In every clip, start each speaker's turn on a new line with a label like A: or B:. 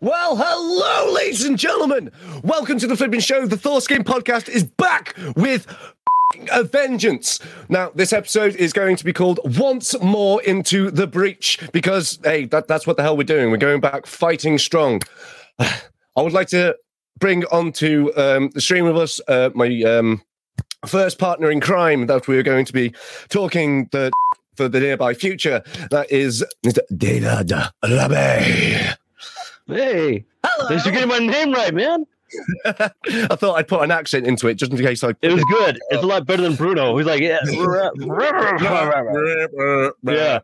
A: Well, hello, ladies and gentlemen. Welcome to the Flipping Show. The Thorskin podcast is back with a vengeance. Now, this episode is going to be called Once More Into the Breach because, hey, that, that's what the hell we're doing. We're going back fighting strong. I would like to bring onto um, the stream with us uh, my um, first partner in crime that we are going to be talking the for the nearby future. That is Mr. Deda Rabe.
B: Hey,
A: Hello.
B: thanks for getting my name right, man.
A: I thought I'd put an accent into it just in case I.
B: It was good. It's a lot better than Bruno. Who's like, yeah,
A: yeah.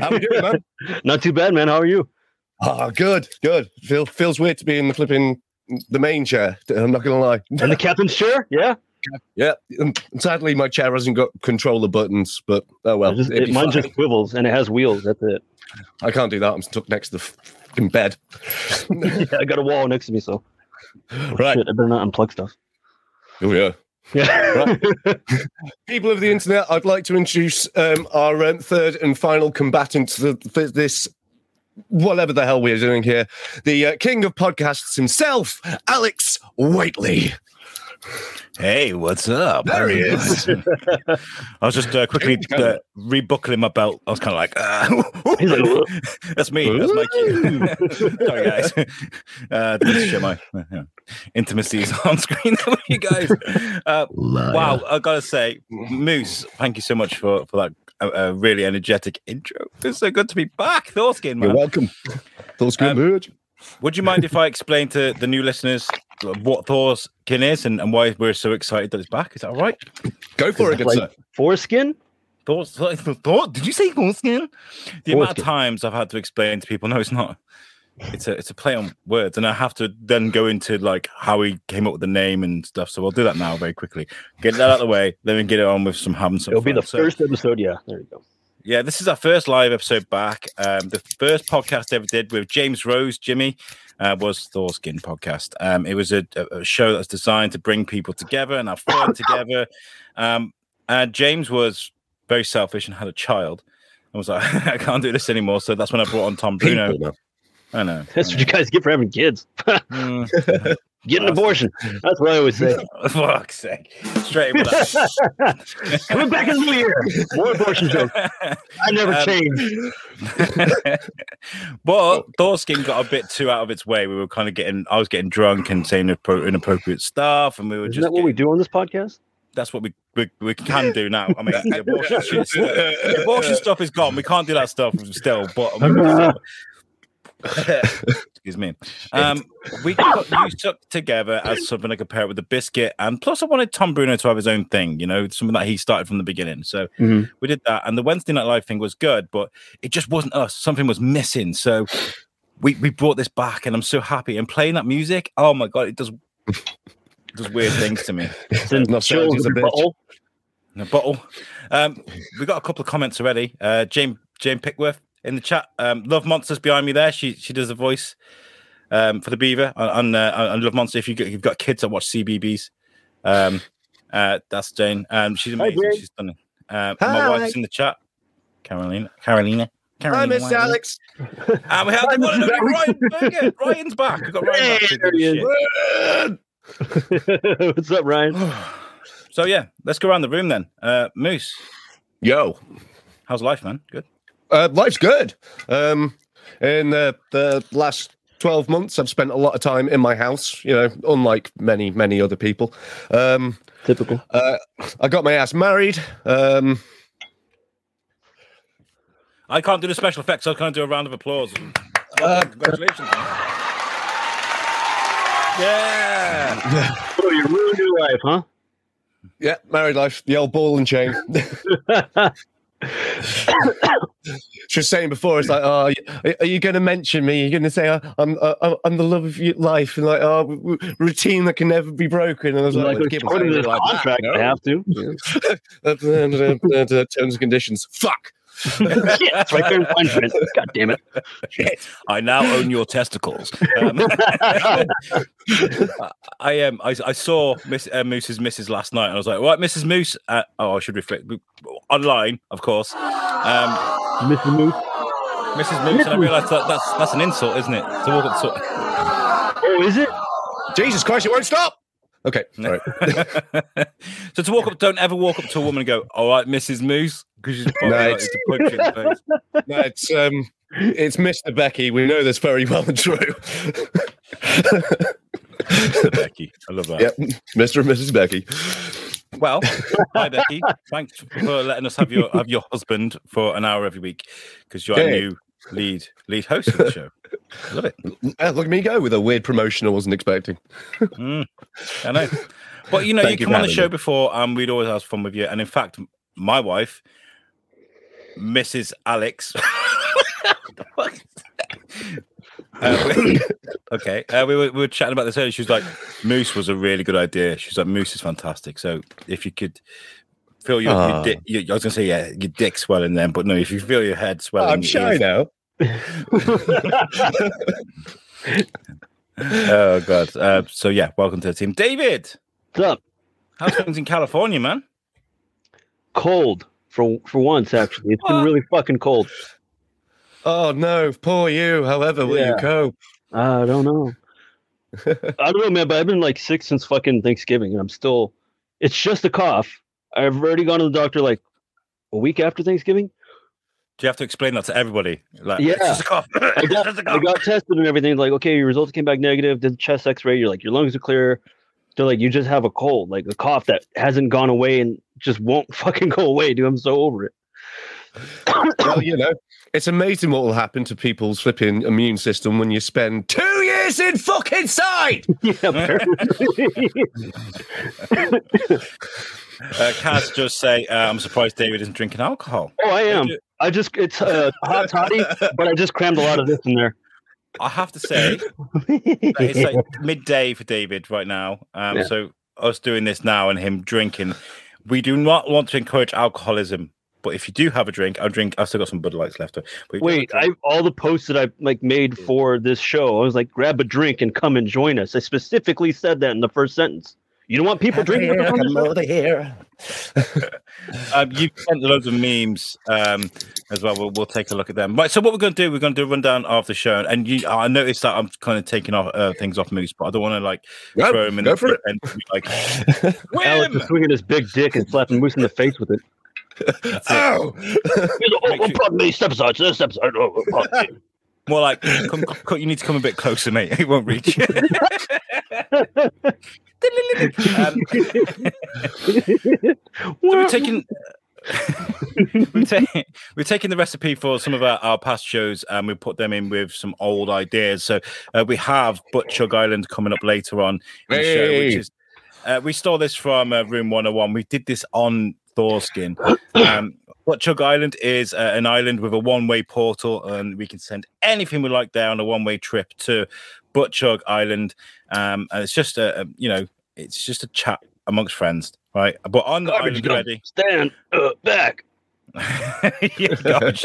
A: How we doing, man?
B: not too bad, man. How are you?
A: Ah, good, good. Feel, feels weird to be in the flipping the main chair. I'm not gonna lie.
B: And the captain's chair? Yeah.
A: Yeah, and sadly my chair hasn't got controller buttons, but oh well.
B: It just,
A: it'd
B: it,
A: be
B: mine
A: fine.
B: just swivels and it has wheels. That's it.
A: I can't do that. I'm stuck next to the fucking bed.
B: Yeah, I got a wall next to me, so
A: right.
B: shit, I better not unplug stuff.
A: Here we are.
B: Yeah.
A: Right. People of the internet, I'd like to introduce um, our um, third and final combatant to the, for this, whatever the hell we're doing here, the uh, king of podcasts himself, Alex Whiteley.
C: Hey, what's up?
A: There he is.
C: I was just uh, quickly
A: Change colour.
C: uh, rebuckling my belt. I was kind of like, uh,
B: He's like, "Whoa."
C: that's me. That's my cue. Sorry, guys. Uh, didn't share my uh, yeah. intimacies on screen with you guys. Uh, wow, I gotta say,
A: Mm.
C: Moose, thank you so much for for that uh, uh, really energetic intro. It's so good to be back, Thorskin man.
A: You're welcome. Thoughts good
C: Um,
A: mood.
C: Would you mind if I explain to the new listeners uh, what Thorskin is and, and why we're so excited that it's back? Is that all right?
A: Go for it, good
B: Like,
A: sir.
B: Foreskin?
C: Thought, thought, thought, did you say foreskin? The amount
B: Foreskin.
C: of times I've had to explain to people, no, it's not. It's a it's a play on words, and I have to then go into like how he came up with the name and stuff. So we'll do that now very quickly. Get that out of the way, then we get it on with some having some.
B: It'll be
C: fun.
B: the
C: So,
B: first episode. Yeah, there you go.
C: yeah, this is our first live episode back. Um, the first podcast I ever did with James Rose, Jimmy, uh, was Thorskin podcast. Um, it was a, a a show that was designed to bring people together and have fun together. Um, and James was very selfish and had a child. I was like, I can't do this anymore. So that's when I brought on Tom Bruno.
A: People, man.
C: I know.
B: That's what you guys get for having kids.
C: Mm,
B: Get an abortion. That's what I always say.
C: fuck's sake. Straight with
B: Coming back in the new year. More abortion jokes.
C: that.
B: I never
C: Um,
B: change.
C: but Thorskin got a bit too out of its way. We were kind of getting, I was getting drunk and saying appro- inappropriate stuff, and we were
B: Isn't
C: just.
B: that what we
C: getting-
B: do on this podcast?
C: that's what we, we we can do now. I mean, the abortion, shit, the abortion stuff is gone. We can't do that stuff still. But excuse me. Um, we got used to, together as something I could pair it with the biscuit, and plus I wanted Tom Bruno to have his own thing. You know, something that he started from the beginning. So
B: Mhm.
C: we did that, and the Wednesday Night Live thing was good, but it just wasn't us. Something was missing. So we we brought this back, and I'm so happy. And playing that music, oh my god, it does. it Does weird things to me.
B: Send
A: Nostalgia's
B: chills
A: a
B: in your
A: bitch.
B: butthole.
C: in a bottle. Um, we got a couple of comments already. Uh, Jane Jane Pickworth in the chat. Um, Love Monsters behind me there. She she does the voice um, for the Beaver on on, uh, on Love Monster. If you got, you've got kids that watch CBBS, um, uh, that's Jane. Um, she's
B: Hi,
C: amazing.
B: Jane.
C: She's stunning. Uh,
A: Hi.
C: my wife's in the chat. Carolina. Carolina.
A: Hi,
C: Carolina.
A: Miss
C: Wiley.
A: Alex.
C: And we have the one and only Ryan Berger. Ryan's back. We've got Ryan back.
B: Hey, there he is.
C: Shit.
B: What's up, Ryan?
A: Oh.
C: So yeah, let's go around the room then. Uh, Moose,
A: Yo.
C: how's life, man? Good.
A: Uh, life's good. Um, in the, the last 12 months, I've spent a lot of time in my house, you know, unlike many, many other people. Um,
B: Typical.
A: uh, I got my ass married. Um,
C: I can't do the special effects. I can't do a round of applause.
A: Uh,
C: Congratulations. man. Yeah.
B: Oh, you ruined your life, huh?
A: yeah, married life, the old ball and chain. Just saying before, it's like, oh, are- are you going to mention me? You're going to say oh, I'm uh, I'm the love of your life and like, oh, w- w- routine that can never be broken. And I was like,
B: like,
A: well, keep on saying
B: according to
A: it
B: the
A: like that,
B: contract,
A: you know?
B: I have to.
A: Uh, terms and conditions. Fuck.
B: yeah, it's right there in fine print. God damn it.
C: I now own your testicles. Um, I um, I, I saw Miss uh, Moose's Mrs. last night, and I was like, right, Mrs. Moose. Uh, oh, I should reflect online, of course. Um,
B: Mr. Moose.
C: Mrs. Moose, and I realised that that's that's an insult, isn't it? To walk up to
B: Oh, is it?
A: Jesus Christ, it won't stop. Okay, all right.
C: so to walk up, don't ever walk up to a woman and go, "All right, Mrs. Moose," because she's probably
A: No,
C: likely to punch you in the face.
A: No, it's um, it's Mr. Becky. We know this very well and true.
C: Mr. Becky, I love that.
A: yep, Mr. and Mrs. Becky.
C: Well, hi Becky. Thanks for letting us have your have your husband for an hour every week because you're our
A: Yeah.
C: new lead lead host of the show. I love it.
A: Ah, look at me go with a weird promotion I wasn't expecting.
C: Mm, I know. But you know, you
A: Thank you
C: come
A: for
C: on the
A: having
C: show
A: me.
C: before, and we'd always have fun with you. And in fact, m- my wife, Mrs. Alex. What the fuck is that? Uh, we- okay, uh, we, were, we were chatting about this earlier. She was like, "Moose was a really good idea." She was like, "Moose is fantastic." So if you could feel your, your,
A: Ah.
C: dick, your I was gonna say, yeah, your dick swelling then, but no, if you feel your head swelling,
A: I'm
C: your
A: shy
C: ears-
A: now.
C: Oh god. Uh, so yeah, welcome to the team, David.
B: What's up?
C: How's things in California, man?
B: Cold for for once. Actually, it's been
C: What?
B: really fucking cold.
A: Oh no, poor you. However, will you
B: Yeah.
A: cope?
B: I don't know. I don't know, man. But I've been like sick since fucking Thanksgiving, and I'm still. It's just a cough. I've already gone to the doctor like a week after Thanksgiving.
C: Do you have to explain that to everybody? Like,
B: Yeah.
C: it's just a cough.
B: I
C: It's
B: got,
C: just a
B: I
C: cough.
B: got tested and everything. Like, okay, your results came back negative. Did the chest X-ray. You're like, your lungs are clear. They're like, you just have a cold, like a cough that hasn't gone away and just won't fucking go away, dude. I'm so over it.
A: Well, you know, it's amazing what will happen to people's flipping immune system when you spend two years in fucking sight.
B: yeah, apparently.
C: Uh, Kaz just say, uh, "I'm surprised David isn't drinking alcohol."
B: oh, I am. I just it's uh, hot toddy, but I just crammed a lot of this in there.
C: I have to say, that it's like midday for David right now. Um,
B: Yeah.
C: So us doing this now and him drinking, we do not want to encourage alcoholism. But if you do have a drink, I'll drink. I've still got some Bud Lights left. But if you do
B: Wait,
C: have
B: I all the posts that I like made for this show, I was like, grab a drink and come and join us. I specifically said that in the first sentence. You don't want people drinking. with us on the show?
A: over here.
C: a- um, you've sent loads of memes um, as well. We'll, we'll take a look at them. Right. So what we're going to do? We're going to do a rundown of the show. And you, I noticed that I'm kind of taking off uh, things off Moose, but I don't want to like throw him in
A: go
C: the
A: for it.
C: deep end and be like,
B: Alex
C: Wham!
B: is swinging his big dick and slapping Moose in the face with it.
A: Oh,
B: He's like,
C: Make
B: oh,
C: sure-
B: oh, pardon me, step aside, sir, step aside. Oh, oh, pardon me."
C: More like, come, come- you need to come a bit closer, mate. He won't reach you. um, so we're taking. we're, ta- we're taking the recipe for some of our, our past shows and we put them in with some old ideas. So uh, we have Butchug Island coming up later on in the show, which
A: Hey.
C: is uh, we stole this from uh, Room 101. We did this on Thorskin. Um, Butchug Island is uh, an island with a one way portal, and we can send anything we like there on a one way trip to Butchug Island. Um, and it's just a, a- you know, it's just a chat amongst friends, right? But on the
B: Garbage
C: island
B: dump.
C: already.
B: Stand uh, back.
C: Yeah, gosh.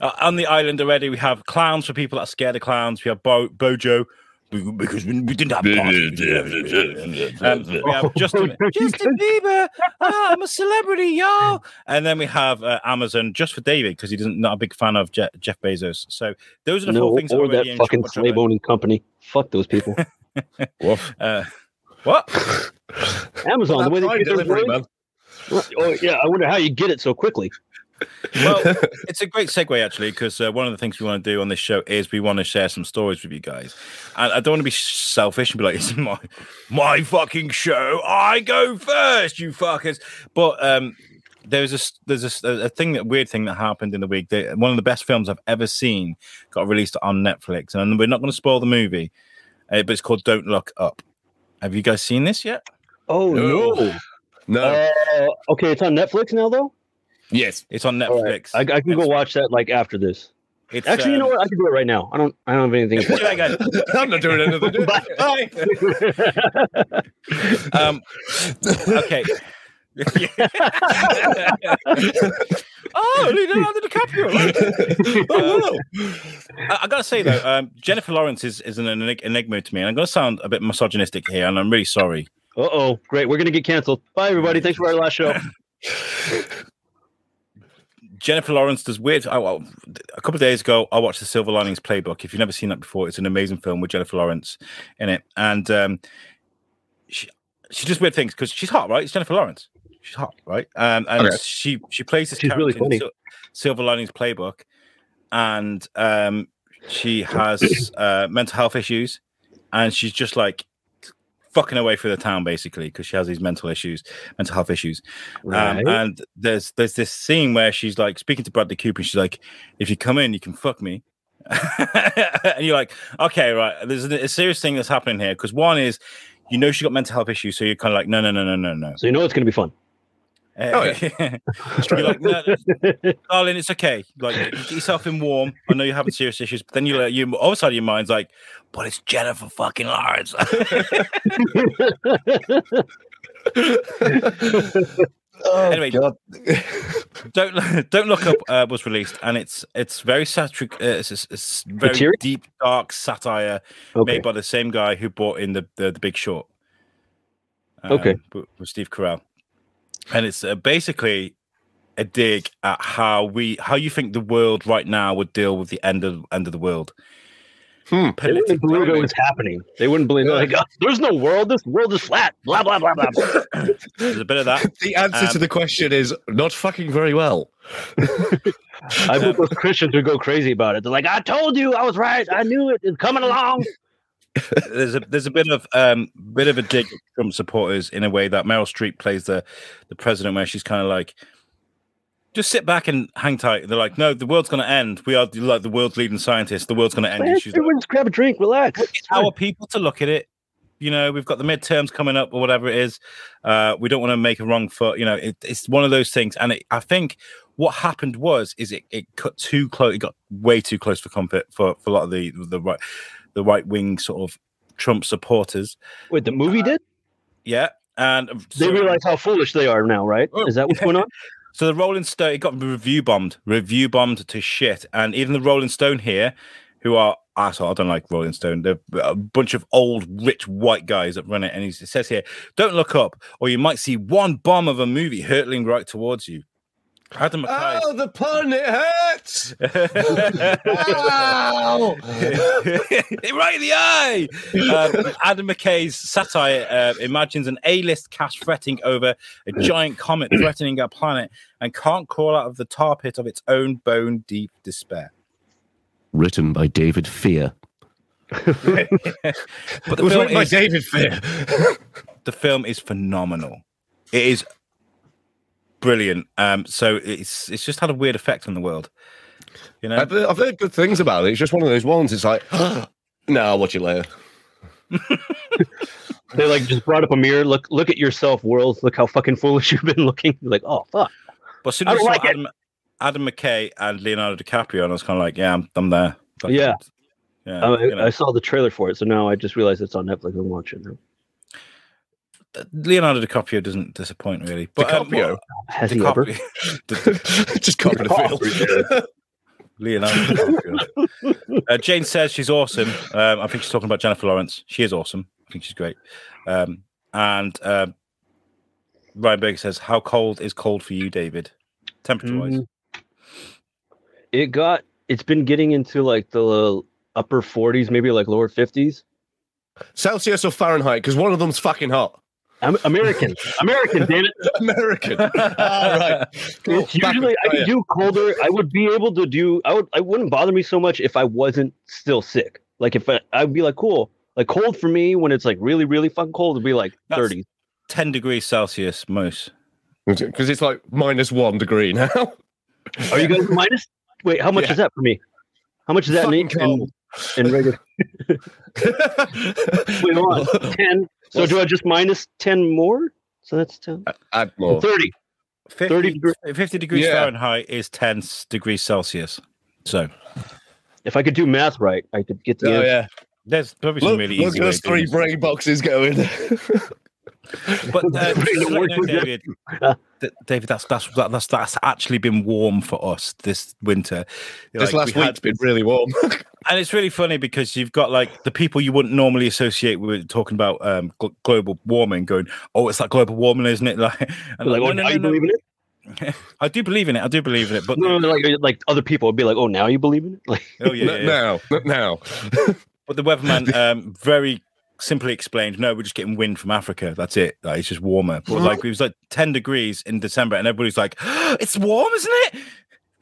C: Uh, on the island already, we have clowns for people that are scared of clowns. We have Bo- Bojo be- because we, we didn't have parties. um, we
B: Oh,
C: have Justin, Justin Bieber. Ah, I'm a celebrity, y'all. And then we have uh, Amazon just for David because he doesn't not a big fan of Je- Jeff Bezos. So those are the
B: No,
C: four things that are
B: or that
C: already in
B: fucking
C: Shopify.
B: slave owning company. Fuck those people.
A: Woof.
C: Uh, what?
B: Amazon, the way they
A: Prime
B: get their
A: delivery,
B: goods-
A: man.
B: Oh yeah, I wonder how you get it so quickly.
C: well, it's a great segue actually, because uh, one of the things we want to do on this show is we want to share some stories with you guys. And I don't want to be selfish and be like, "It's my my fucking show. I go first, you fuckers." But um, there's a s- there's a, s- a- a thing that weird thing that happened in the week. That one of the best films I've ever seen got released on Netflix, and we're not going to spoil the movie, uh, but it's called "Don't Look Up." Have you guys seen this yet?
B: Oh
A: No.
B: no.
A: No.
B: Uh, okay, it's on Netflix now though.
A: yes.
C: It's on
B: All right.
C: Netflix.
B: I, I can go watch that like after this.
C: It's,
B: Actually, you know
C: um,
B: what? I can do it right now. I don't. I don't have anything.
C: do that again.
A: I'm not doing anything.
B: Bye.
A: Bye.
C: Um, okay. oh, Leonardo DiCaprio!
A: Oh,
C: Uh, I, I gotta say though, um, Jennifer Lawrence is, is an enig- enigma to me, and I'm gonna sound a bit misogynistic here, and I'm really sorry.
B: uh oh,
C: Um,
B: great. We're gonna get canceled. Bye everybody. Thanks for our last show.
C: Jennifer Lawrence does weird. I, I- a couple of days ago, I watched The Silver Linings Playbook. If you've never seen that before, it's an amazing film with Jennifer Lawrence in it, and um, she she does weird things because she's hot, right? It's Jennifer Lawrence. She's hot, right? Um, and
A: Okay.
C: she she plays this
B: She's
C: character
B: really
C: in
B: funny.
C: Sil- Silver Linings Playbook, and um, she has uh, mental health issues, and she's just like fucking away through the town basically because she has these mental issues, mental health issues. Um, and there's there's this scene where she's like speaking to Bradley Cooper. and She's like, "If you come in, you can fuck me." and you're like, "Okay, right." There's a, a serious thing that's happening here because one is, you know, she got mental health issues, so you're kind of like, "No, no, no, no, no, no."
B: so you know it's gonna be fun.
A: Oh,
C: you're like, no, no, "Darling, it's okay. Like, you get yourself in warm. I know you're having serious issues, but then you like you other side of your mind's like, but it's Jennifer fucking Lawrence."
A: Oh,
C: Anyway.
A: God.
C: don't don't look up uh, was released and it's it's very satiric uh, it's, it's, it's very
B: Satiric?
C: deep dark satire
B: Okay.
C: made by the same guy who bought in the the, the big short um,
B: Okay.
C: with, with steve carell and it's uh, basically a dig at how we how you think the world right now would deal with the end of end of the world
A: Hmm.
B: They wouldn't
C: Politically-
B: believe it was happening. They wouldn't believe it. Like, "Oh, there's no world. This world is flat. Blah blah blah blah. blah.
C: there's a bit of that
A: the answer to
C: Um,
A: the question is not fucking very well.
B: I bet those Christians would go crazy about it. They're like, "I told you, I was right. I knew it. It's coming along."
C: there's a there's a bit of um bit of a dig at Trump supporters in a way that Meryl Streep plays the the president where she's kind of like just sit back and hang tight. And they're like, no, the world's gonna end. We are the- like the world's leading scientists. The world's gonna end. And she's like,
B: Everyone just grab a drink, relax.
C: it's our people to look at it. You know, we've got the midterms coming up or whatever it is. Uh, we don't want to make a wrong foot. You know, it, it's one of those things. And it, I think what happened was is it, it cut too close. It got way too close for comfort for, for a lot of the the right the right wing sort of Trump supporters.
B: Wait, the movie did?
C: Yeah, and
B: They
C: so- Oh.
B: realize how foolish they are now, right? Is that what's going on?
C: So the Rolling Stone it got review bombed, review bombed to shit, and even the Rolling Stone here, who are asshole, I don't like Rolling Stone. They're a bunch of old rich white guys that run it, and he's- it says here, "Don't look up, or you might see one bomb of a movie hurtling right towards you." Adam McKay.
A: Oh, the pun, it hurts. Ow!
C: right in the eye. Um, Adam McKay's satire uh, imagines an A-list cast fretting over a giant comet threatening our planet and can't crawl out of the tar pit of its own bone-deep despair.
D: Written by David Fear.
C: But
A: it
C: the
A: was
C: film,
A: written by
C: is,
A: David Fear.
C: the film is phenomenal. It is brilliant. Um, so it's it's just had a weird effect on the world. You know,
A: I've, I've heard good things about it. It's just one of those ones. It's like, no, I'll watch it later.
B: They like just brought up a mirror. Look, look at yourself, world. Look how fucking foolish you've been looking. like, oh fuck.
C: but as soon
B: I
C: as I
B: don't
C: saw
B: like it.
C: Adam, Adam McKay and Leonardo DiCaprio, and I was kind of like, yeah, I'm, I'm there. Like,
B: Yeah.
C: yeah.
B: I,
C: you know.
B: I saw the trailer for it, so now I just realized it's on Netflix. I'm watching it.
C: Leonardo DiCaprio doesn't disappoint really. But um,
A: DiCaprio?
C: what-
B: Has he ever?
C: DiCaprio.
A: just copy the field.
C: Leonardo DiCaprio. Uh, Jane says she's awesome. Um, I think she's talking about Jennifer Lawrence. She is awesome. I think she's great. Um, and um Ryan Berger says, "How cold is cold for you, David? Temperature-wise,
B: Mm.
A: Mm-hmm.
B: It got. It's been getting into like the upper 40s, maybe like lower 50s.
A: Celsius or Fahrenheit? Because one of them's fucking hot.
B: I'm American. American, damn it.
A: American. All right. Cool.
B: It's usually I
A: Back
B: could do colder. I would be able to do. I would. I wouldn't bother me so much if I wasn't still sick. Like if I, I'd be like cool. Like cold for me when it's like really, really fucking cold. It'd be like
C: That's-
B: thirty.
C: ten degrees Celsius, most."
A: with fire. Oh, 'Cause it's like minus one degree now.
B: Are you guys minus? Wait, how much
A: Yeah.
B: is that for me? How much is that in,
A: Fucking
B: in,
A: cold.
B: in regular? Wait, hold on. Ten. So do I just minus ten more? So that's ten.
A: Add more.
B: Thirty.
C: 50,
B: 30 degree-
C: 50 degrees
A: Yeah.
C: Fahrenheit is 10 s- degrees Celsius. So
B: If I could do math right, I could get the
A: Oh,
B: answer.
A: yeah.
C: there's probably some
A: Look,
C: really
A: look
C: easy
A: at
C: way
A: us
C: of doing
A: three
C: this.
A: brain boxes going.
C: But uh,
B: Bring
C: just
B: the
C: to let
B: work
C: you know,
B: with you.
C: David, th- David, that's that's that, that's that's actually been warm for us this winter.
A: this
C: Like,
A: last
C: we
A: week's
C: had-
A: been really warm.
C: and it's really funny because you've got like the people you wouldn't normally associate with talking about um, gl- global warming, going, "Oh, it's like global warming, isn't it?" Like, and
B: Like, oh,
C: no,
B: now
C: no,
B: you
C: no,
B: believe in it?
C: I do believe in it. I do believe in it. But
B: No, no, like like other people would be like, "Oh, now you believe in it?" Like,
C: oh yeah,
A: Not
C: yeah, yeah.
A: now, not now.
C: But the weatherman um, very simply explained, no, we're just getting wind from Africa. That's it. Like, it's just warmer. But like it was like 10 degrees in December, and everybody's like, it's warm, isn't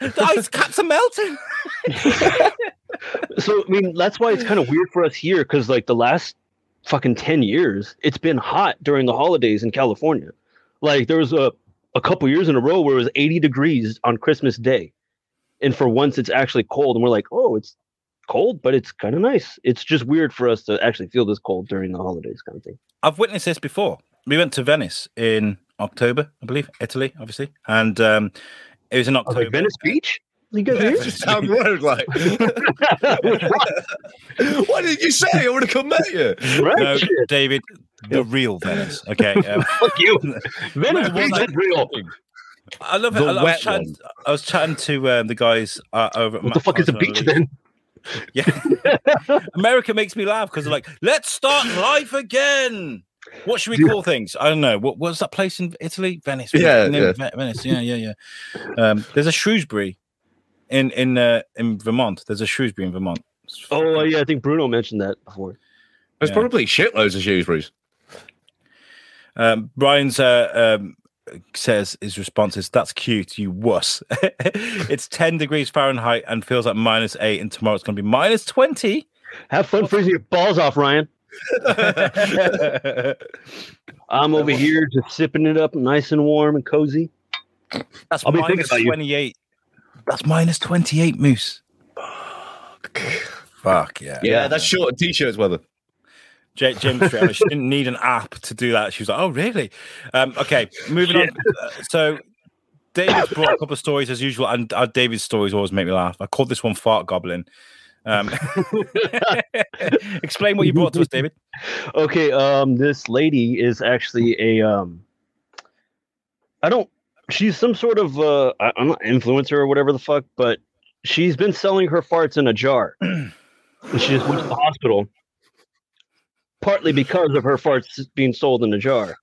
C: it? The ice caps are melting.
B: so I mean, that's why it's kind of weird for us here because like the last fucking ten years, it's been hot during the holidays in California. Like there was a a couple years in a row where it was eighty degrees on Christmas Day, and for once it's actually cold, and we're like, "Oh, it's cold, but it's kind of nice." It's just weird for us to actually feel this cold during the holidays, kind of thing.
C: I've witnessed this before. We went to Venice in October, I believe, Italy, obviously. And um, it was in
B: I was
C: October.
B: like, "Venice Beach." You
A: It's
B: guys here?
A: just down the road, like. what did you say? I would have come at you.
B: right?
C: No,
B: Shit,
C: David, the real Venice. Okay. Um,
B: fuck you. Venice
C: Beach
B: wasn't real.
C: I love it.
D: The
C: I, I was
D: wet
C: chatting, I was chatting to um, the guys uh, over. at
B: What the
C: Matt
B: fuck is a
C: Carson
B: beach then?
C: Unleashed. Yeah. America makes me laugh because they're like, let's start life again. What should we
B: Yeah.
C: call things? I don't know. What was that place in Italy? Venice.
A: Yeah,
C: Ve-
A: yeah.
C: Ve- Venice. Yeah, yeah, yeah. Um, there's a Shrewsbury in in uh, in Vermont. There's a Shrewsbury in Vermont. It's
B: Oh yeah, I think Bruno mentioned that before.
A: There's
C: Yeah.
A: probably shitloads of Shrewsbury's.
C: Um, Brian's uh, um, says his response is that's cute, you wuss. it's 10 degrees Fahrenheit and feels like minus eight, and tomorrow it's going to be minus 20.
B: Have fun freezing your balls off, Ryan.
C: that's
B: I'm over here just sipping it up, nice and warm and cozy. I'll be thinking
C: minus
B: about you.
C: 28. That's minus 28, Moose. Fuck yeah.
A: Yeah, that's short of t-shirts weather.
C: J- Jim, Trevor, she didn't need an app to do that. She was like, "Oh, really?" Um, okay, moving on. Uh, so, David's brought a couple of stories as usual, and uh, David's stories always make me laugh. I called this one "Fart Goblin." Um, explain what you brought to us, David.
B: Okay, um, this lady is actually a um, I don't. She's some sort of uh, I, I'm not influencer or whatever the fuck, but she's been selling her farts in a jar, and she just went to the hospital, partly because of her farts being sold in a jar.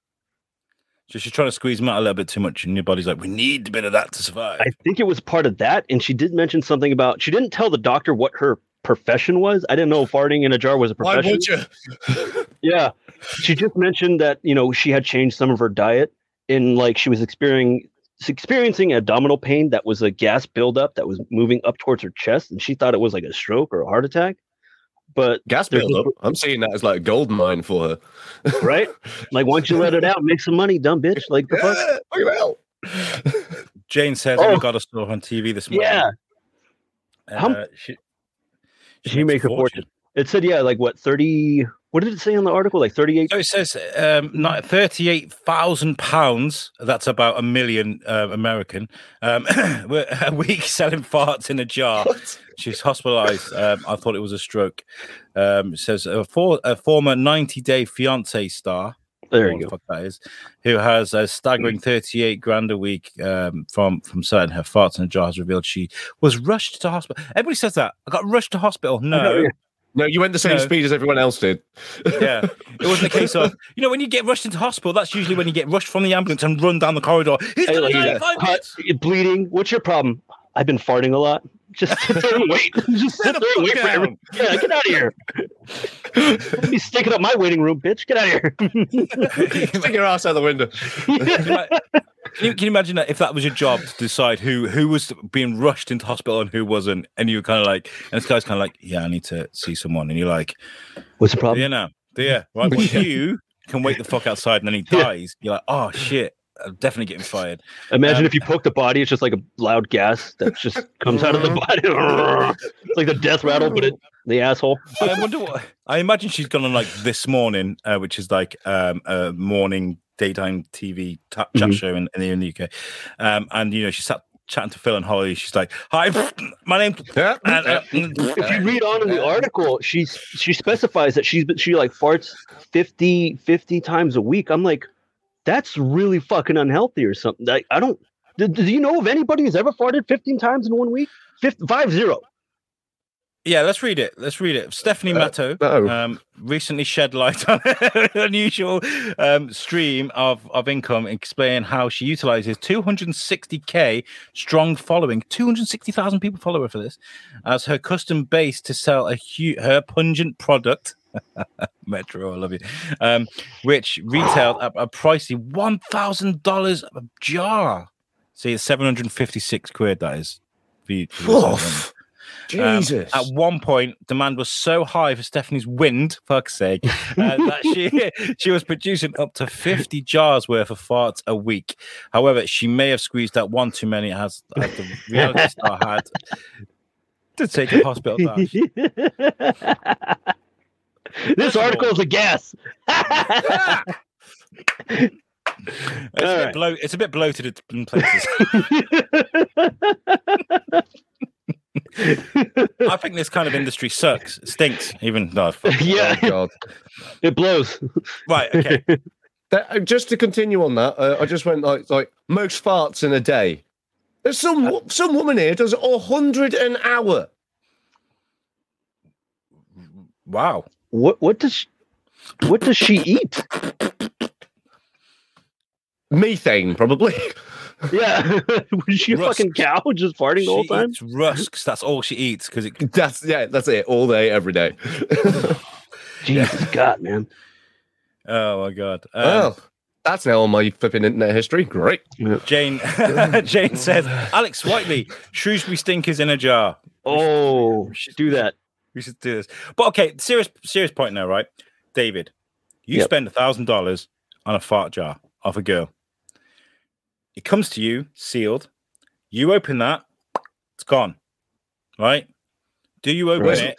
C: So she's trying to squeeze him out a little bit too much, and your body's like, "We need a bit of that to survive."
B: I think it was part of that. And she did mention something about she didn't tell the doctor what her profession was. I didn't know farting in a jar was a
A: Why
B: profession.
A: would you?
B: Yeah. She just mentioned that, you know, she had changed some of her diet and like she was experiencing experiencing abdominal pain that was a gas buildup that was moving up towards her chest and she thought it was like a stroke or a heart attack. But
A: Gas
B: There's
A: build-up. I'm seeing that as like a gold mine for her.
B: right? like once you let it out, make some money, dumb bitch. Like the fuck?
A: Yeah, fucking hell.
C: Jane says,
B: Oh.
C: "Oh my god, I saw her on TV this morning."
B: Yeah.
C: Uh,
B: How-
C: she,
B: She makes a fortune. It said, yeah, like what, 30 what did it say on the article? Like 38
C: So it says um, not thirty-eight thousand pounds. That's about a million uh, American. Um, we're- a week selling farts in a jar.
A: What?
C: She's hospitalised. Um, I thought it was a stroke. Um, it says a, for, a former ninety-day fiance star.
B: There you
C: what
B: go. Hmm.
C: the fuck that is, who has a staggering thirty-eight grand a week um, from from selling her farts in a jar has revealed she was rushed to hospital. Everybody says that. I got rushed to hospital.
B: know,
C: No,
B: yeah.
A: No, you went the same
C: No.
A: speed as everyone else did.
C: yeah. It wasn't a case of, you know, when you get rushed into hospital, that's usually when you get rushed from the ambulance and run down the corridor. He's
B: Hey,
C: got
B: like,
C: 95
B: Hot,
C: minutes.
B: bleeding. What's your problem? I've been farting a lot. Just sit there and wait. Just
A: Sit
B: sit
A: the
B: there and wait
A: fuck
B: for everyone. Yeah, get out of here. Don't be sticking up my waiting room, bitch. Get out of
A: Stick your ass out the window.
B: here.
C: Can you, can you imagine that if that was your job to decide who who was being rushed into hospital and who wasn't, and you were kind of like, and this guy's kind of like, yeah, I need to see someone, and you're like,
B: What's the problem?
C: yeah, no, yeah, right, well, you can wait the fuck outside, and then he
B: Yeah.
C: dies. You're like, oh shit, I'm definitely getting fired.
B: Imagine
C: Um,
B: if you poke the body, it's just like a loud gas that just comes out of the body. it's like the death rattle, but it the asshole.
C: I wonder what I imagine she's gone on like this morning, uh, which is like um, a morning daytime TV ta- chat
B: Mhm.
C: show in, in, the, in the UK. Um, and you know, she sat chatting to Phil and Holly. She's like, "Hi, my name."
A: Yeah.
C: and, uh,
B: If you read on in the article, she's she specifies that she's she like farts 50 50 times a week. I'm like, that's really fucking unhealthy or something. Like, I don't. Do, do you know of anybody who's ever farted 15 times in one week? Fif- Five zero.
C: Yeah, let's read it. Let's read it. Stephanie Matto
A: no.
C: um, recently shed light on an unusual um, stream of, of income, explaining how she utilizes 260k strong following, 260,000 people follow her for this, as her custom base to sell a hu- her pungent product. Metro, I love you. Um, which retailed at a pricey one thousand dollars a jar. See, it's seven hundred and fifty-six quid. That is. for you- for yourself, isn't it?
A: Woof.
C: Um,
A: Jesus.
C: at one point, demand was so high for Stephanie's wind, fuck's sake, uh, that she she was producing up to fifty jars worth of farts a week. However, she may have squeezed out one too many, as, as the reality star had to take a hospital. Down.
B: this
C: First of
B: article is a guess.
A: Ah!
C: It's, a bit
B: Alright.
C: blo- it's a bit bloated in places. I think this kind of industry sucks, stinks. Even no, fuck.
A: Oh,
B: yeah,
A: God.
B: it blows.
C: right? Okay,
A: That- uh, just to continue on that, uh, I just went like like most farts in a day. There's some wo- some woman here does a hundred an hour.
C: wow.
B: What what does she, what does she eat?
A: Methane, probably.
B: Yeah, was she a
C: Rust.
B: fucking cow just farting the whole
C: She
B: time?
C: eats rusks. That's all she eats because it
A: That's yeah, that's it. All day, every day.
B: Jesus God, man.
C: Oh my god. Um,
A: well, that's now on my flipping internet history. Great.
C: Jane Jane says Alex Whiteley, Shrewsbury stinkers in a jar.
B: Oh, should do that.
C: We should do this. But okay, serious serious point now, right? David, you
B: Yep.
C: spend a thousand dollars on a fart jar of a girl. It comes to you sealed. You open that, it's gone. Right? Do you open
A: Right.
C: it?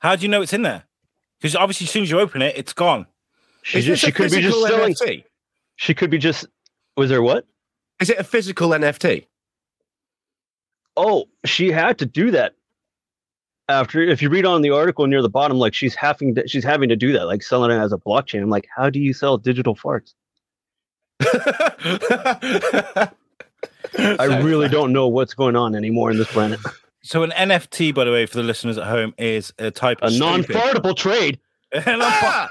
C: How do you know it's in there? Because obviously, as soon as you open it, it's gone.
B: She
A: Is
B: just,
A: this
B: she
A: a
B: could be just
A: physical
B: selling.
A: NFT?
B: She could be just. Was there what?
A: Is it a physical NFT?
B: Oh, she had to do that. After, if you read on the article near the bottom, like she's having to, she's having to do that, like selling it as a blockchain. I'm like, how do you sell digital farts?
A: Uh-huh.
B: I really don't know what's going on anymore in this planet.
C: So, an NFT, by the way, for the listeners at home, is a type
B: A
C: of
B: non
C: stupid-
B: fartable trade.
C: A
A: Ah!
C: non-fart.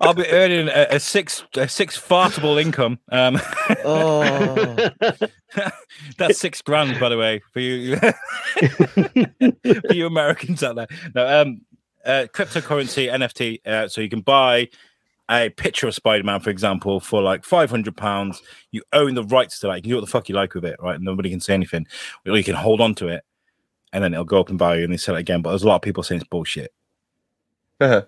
C: I'll be earning a, a six a six fartable income. Um,
A: oh.
C: that's six grand, by the way, for you for you Americans out there. No, um, uh, cryptocurrency NFT. Uh, so you can buy a picture of Spider Man, for example, for like five hundred pounds. You own the rights to that. You can do what the fuck you like with it, right? Nobody can say anything. Or you can hold on to it, and then it'll go up in value, and they sell it again. But there's a lot of people saying it's bullshit.
A: Uh-huh.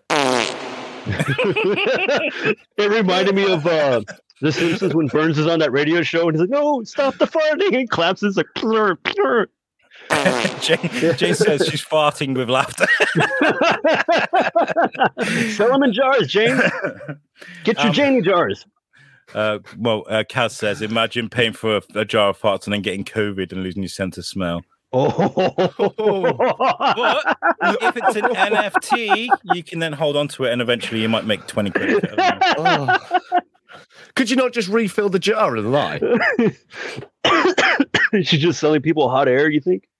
B: it reminded me of uh, The Simpsons when Burns is on that radio show and he's like, "No, stop the farting!" and claps. It's like, plur, plur.
C: Jay, Jay says she's farting with laughter.
B: "Sell them in jars, Jane. Get your
C: Um,
B: Janie jars."
C: Uh, well, uh, Kaz says, imagine paying for a, a jar of farts and then getting COVID and losing your sense of smell.
B: Oh,
C: But if it's an NFT, you can then hold on to it and eventually you might make 20 quid. I don't know.
A: Oh. Could you not just refill the jar and lie?
B: she's just selling people hot air. You think?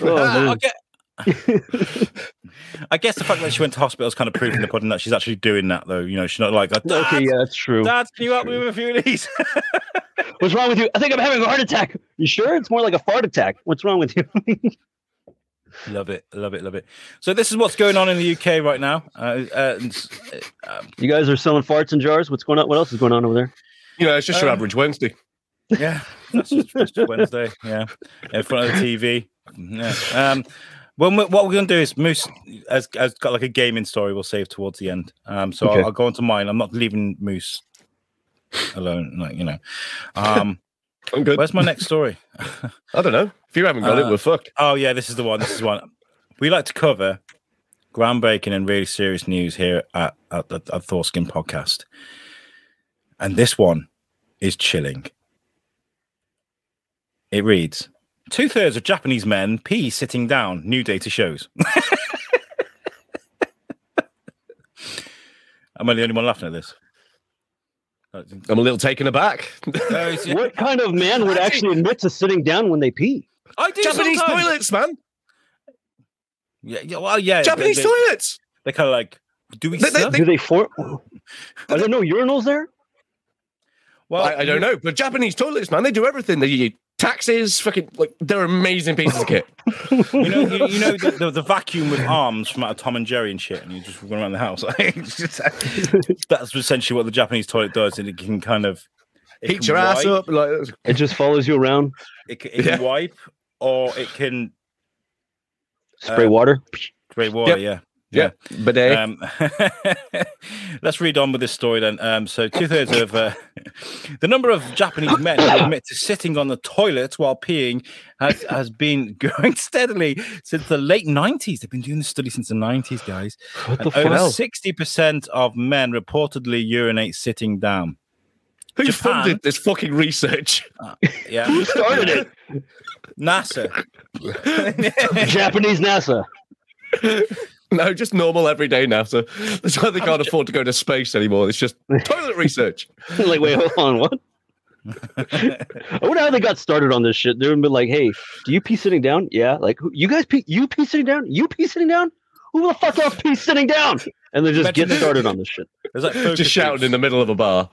B: Oh,
C: I,
B: man.
C: gue- I guess the fact that she went to hospital is kind of proving the pudding that she's actually doing that, though. You know, she's not like, Dad,
B: Okay, yeah, that's true.
C: Dad can you help me with a few of these?
B: What's wrong with you? I think I'm having a heart attack. You sure? It's more like a fart attack. What's wrong with you?
C: love it, love it, love it. So, this is what's going on in the UK right now. Uh, uh, and, uh,
B: you guys are selling farts in jars. What's going on? What else is going on over there?
A: You know, it's just your
C: Um,
A: average Wednesday.
C: Yeah, that's just, that's just Wednesday. Yeah, in front of the TV. Yeah. Um, when we, what we're going to do is Moose has, has got like a gaming story we'll save towards the end. Um, so
A: Okay.
C: I'll, I'll go on to mine. I'm not leaving Moose alone. Like you know, um,
A: I'm good.
C: where's my next story?
A: I don't know. If you haven't got
C: Uh,
A: it, we're fucked.
C: Oh yeah, this is the one. This is the one. We like to cover groundbreaking and really serious news here at at, at, at Thorskin Podcast, and this one is chilling. It reads: Two thirds of Japanese men pee sitting down. New data shows. Am I the only one laughing at this?
A: I'm a little taken aback.
C: Oh, it's-
B: What kind of man would actually admit to sitting down when they pee?
C: I do
A: Japanese
C: sometimes.
A: toilets, man.
C: Yeah, yeah, well, yeah.
A: Japanese
C: they,
A: toilets.
C: They're kind of like, do we?
A: They- they-
C: suck?
A: they-
B: Do they for? Are there no urinals there?
C: well,
A: I, I don't know, but Japanese toilets, man, they do everything. They do taxes, fucking like they're amazing pieces of kit.
C: You know, you, you know the, the, the vacuum with arms from out of Tom and Jerry and shit, and you just run around the house. It's just- that's essentially what the Japanese toilet does, and it can kind of it
A: Heat
C: can
A: your ass
C: wipe,
A: up, like
B: It just follows you around,
C: It, can- it can wipe, or it can
B: spray
C: Uh,
B: water.
C: spray water. Yeah.
A: yeah, uh, bidet.
C: Um, let's read on with this story then. Um, so, two thirds of uh, the number of Japanese men who admit to sitting on the toilet while peeing has, has been growing steadily since the late 90s. They've been doing this study since the 90s, guys.
B: What the
C: And over
B: fuck?
C: 60% of men reportedly urinate sitting down.
A: Who
C: Japan-
A: funded this fucking research?
C: Yeah.
B: Who started it?
C: NASA.
B: Japanese NASA.
A: No, just normal everyday NASA. That's why they can't afford to go to space anymore. It's just toilet research.
B: like, wait, hold on, what? I wonder how they got started on this shit. They would be like, "Hey, do you pee sitting down? Yeah, like who- you guys pee, you pee sitting down, you pee sitting down. Who the fuck else pee sitting down?" And they just
C: Imagine
B: get
C: this.
B: started on this shit.
C: There's like
A: just shouting in the middle of a bar.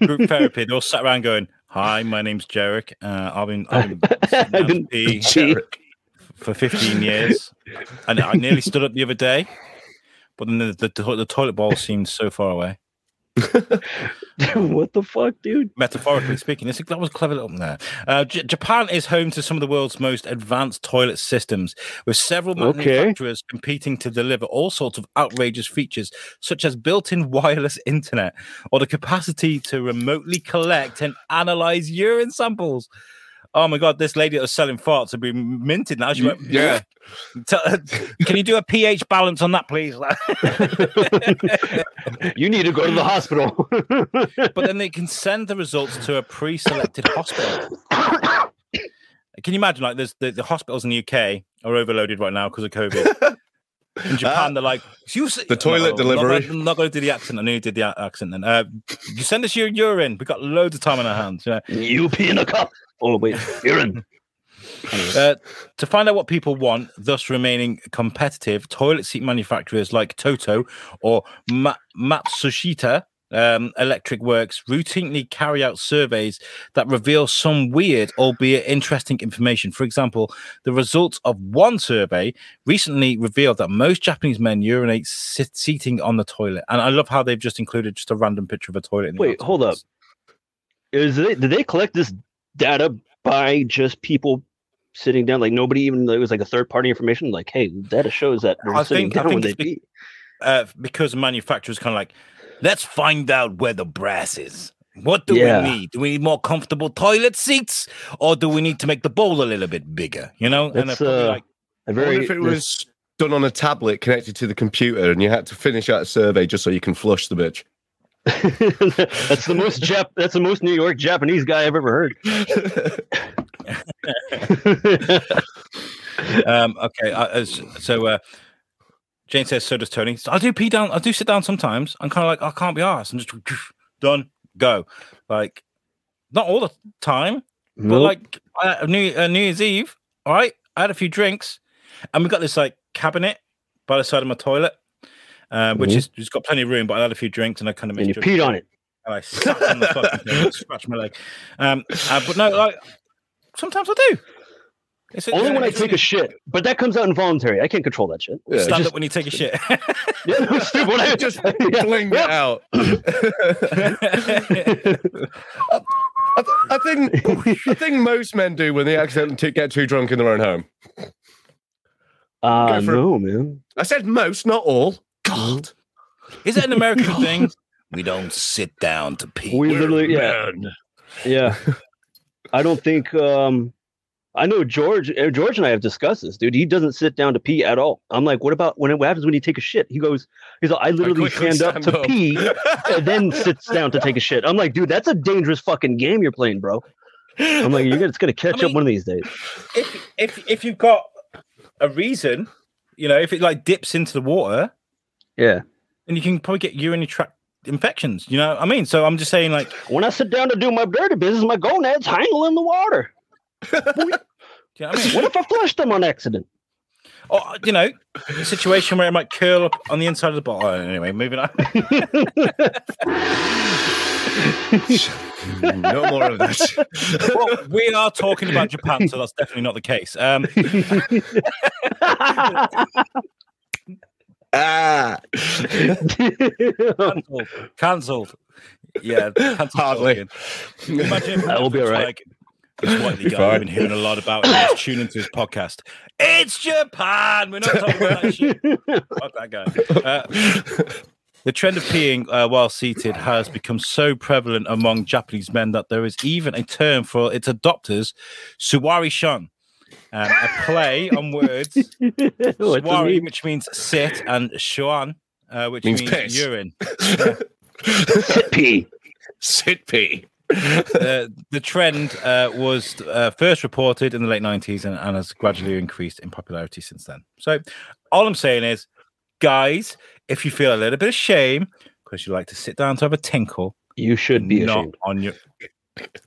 C: group therapy. They all sat around going, Hi, my name's Jarek. Uh, I've been, I've been, sitting
B: I've
C: down to
B: been
C: pee."
B: pee.
C: for 15 years. and I nearly stood up the other day, but then the, the, to- the toilet bowl seemed so far away.
B: what the fuck, dude?
C: Metaphorically speaking, this, that was clever little there. Uh, J- Japan is home to some of the world's most advanced toilet systems, with several
B: Okay.
C: manufacturers competing to deliver all sorts of outrageous features, such as built-in wireless internet or the capacity to remotely collect and analyze urine samples. Oh my god, this lady that was selling farts would be minted now. She went,
A: Yeah.
C: Tell- uh, can you do a pH balance on that, please?
B: You need to go to the hospital.
C: but then they can send the results to a pre-selected hospital. Can you imagine? Like, there's the, the hospitals in the UK are overloaded right now because of COVID. In Japan, they're like, you s-
A: Uh, The toilet
C: I'm not gonna-
A: delivery.
C: I'm not going to do the accent. I nearly did the a- accent. Then uh, you send us your urine. We got loads of time on our hands. you know.
B: you pee in a cup. Oh wait, urine.
C: Uh, to find out what people want, thus remaining competitive, toilet seat manufacturers like Toto or Ma- Matsushita um, Electric Works routinely carry out surveys that reveal some weird, albeit interesting information. For example, the results of one survey recently revealed that most Japanese men urinate sit- seating on the toilet. And I love how they've just included just a random picture of a toilet. In the
B: Wait,
C: article.
B: hold up. Is it, did they collect this data by just people sitting down? Like nobody even it was like a third party information. Like, hey, the data shows that they're
C: I
B: sitting
C: think- I
B: down when
C: think
B: they
C: it's be-
B: pee.
C: uh, because manufacturers kind of like, let's find out where the brass is. What do
B: Yeah.
C: we need? Do we need more comfortable toilet seats, or do we need to make the bowl a little bit bigger? You know, and they're
B: That's,
C: probably
B: uh,
C: like,
B: A
A: Or
B: very
A: if it was done on a tablet connected to the computer and you had to finish out a survey just so you can flush the bitch.
B: that's the most Jap. That's the most New York Japanese guy I've ever heard.
C: um, okay. I, I- so uh, Jane says, so does Tony. I do pee down. I do sit down sometimes. I'm kind of like, I can't be arsed. I'm just done. Go. Like, not all the time. But
B: Nope.
C: like uh, New uh, New Year's Eve, all right, I had a few drinks, and we got this like cabinet by the side of my toilet, uh, which
B: Mhm.
C: is just got plenty of room. But I had a few drinks, and I kind of
B: and you peed on it.
C: And I sat on the fucking thing, and scratched my leg. Um, uh, but no, like sometimes I do. It's a-
B: Only when I
C: it's
B: take a shit, but that comes out involuntary. I can't control that shit.
A: Yeah.
C: Stand
B: just-
C: up when you take a shit.
B: Yeah, no, Steve, when I
A: Just
B: yeah.
A: Bling it out. I, th- I think I think most men do when they accidentally t- get too drunk in their own home.
B: Uh,
A: Go for it.
B: no, man.
A: I said most, not all. God,
C: is it an American thing? We don't sit down to pee.
B: We literally, yeah, yeah. I don't think. um I know George. uh, George and I have discussed this, dude. He doesn't sit down to pee at all. I'm like, what about when it what happens when you take a shit? He goes, he's like, I literally
A: quickly
B: stand up
A: stand
B: to
A: up.
B: pee and then sits down to take a shit. I'm like, dude, that's a dangerous fucking game you're playing, bro. I'm like, you're gonna, it's gonna catch
C: mean-
B: up one of these days.
C: if if if you've got a reason, you know, if it like dips into the water,
B: Yeah,
C: then you can probably get urinary tract infections. You know what I mean? So I'm just saying, like,
B: When I sit down to do my dirty business, my gonads hang in the water.
C: do you know what I mean?
B: What if I flush them on accident?
C: Or, you know, a situation where it might curl up on the inside of the bottle. Oh, anyway, moving on.
A: no more of that.
C: Well, we are talking about Japan, so that's definitely not the case. Um,
A: Ah,
B: I
C: cancelled. Cancelled. Yeah, cancelled
A: Hardly.
C: talking. Imagine if
B: I will be
C: it's
B: all right.
C: Like, this white
A: Be
C: guy I've
A: fine.
C: been hearing a lot about and I was tuning to his podcast. It's Japan. We're not talking about that shit. Fuck that guy. Uh, the trend of peeing uh, while seated has become so prevalent among Japanese men that there is even a term for its adopters, suwari shon, um, a play on words
A: Oh,
C: Suwari, which means sit, and shuan, uh, which
A: Means
C: means,
A: piss.
C: urine.
B: Sit pee.
A: sit pee.
C: Uh, the trend uh, was uh, first reported in the late 90s and, and has gradually increased in popularity since then. So, all I'm saying is, guys, if you feel a little bit of shame because you like to sit down to have a tinkle,
B: You should be
C: not
B: ashamed.
C: on your.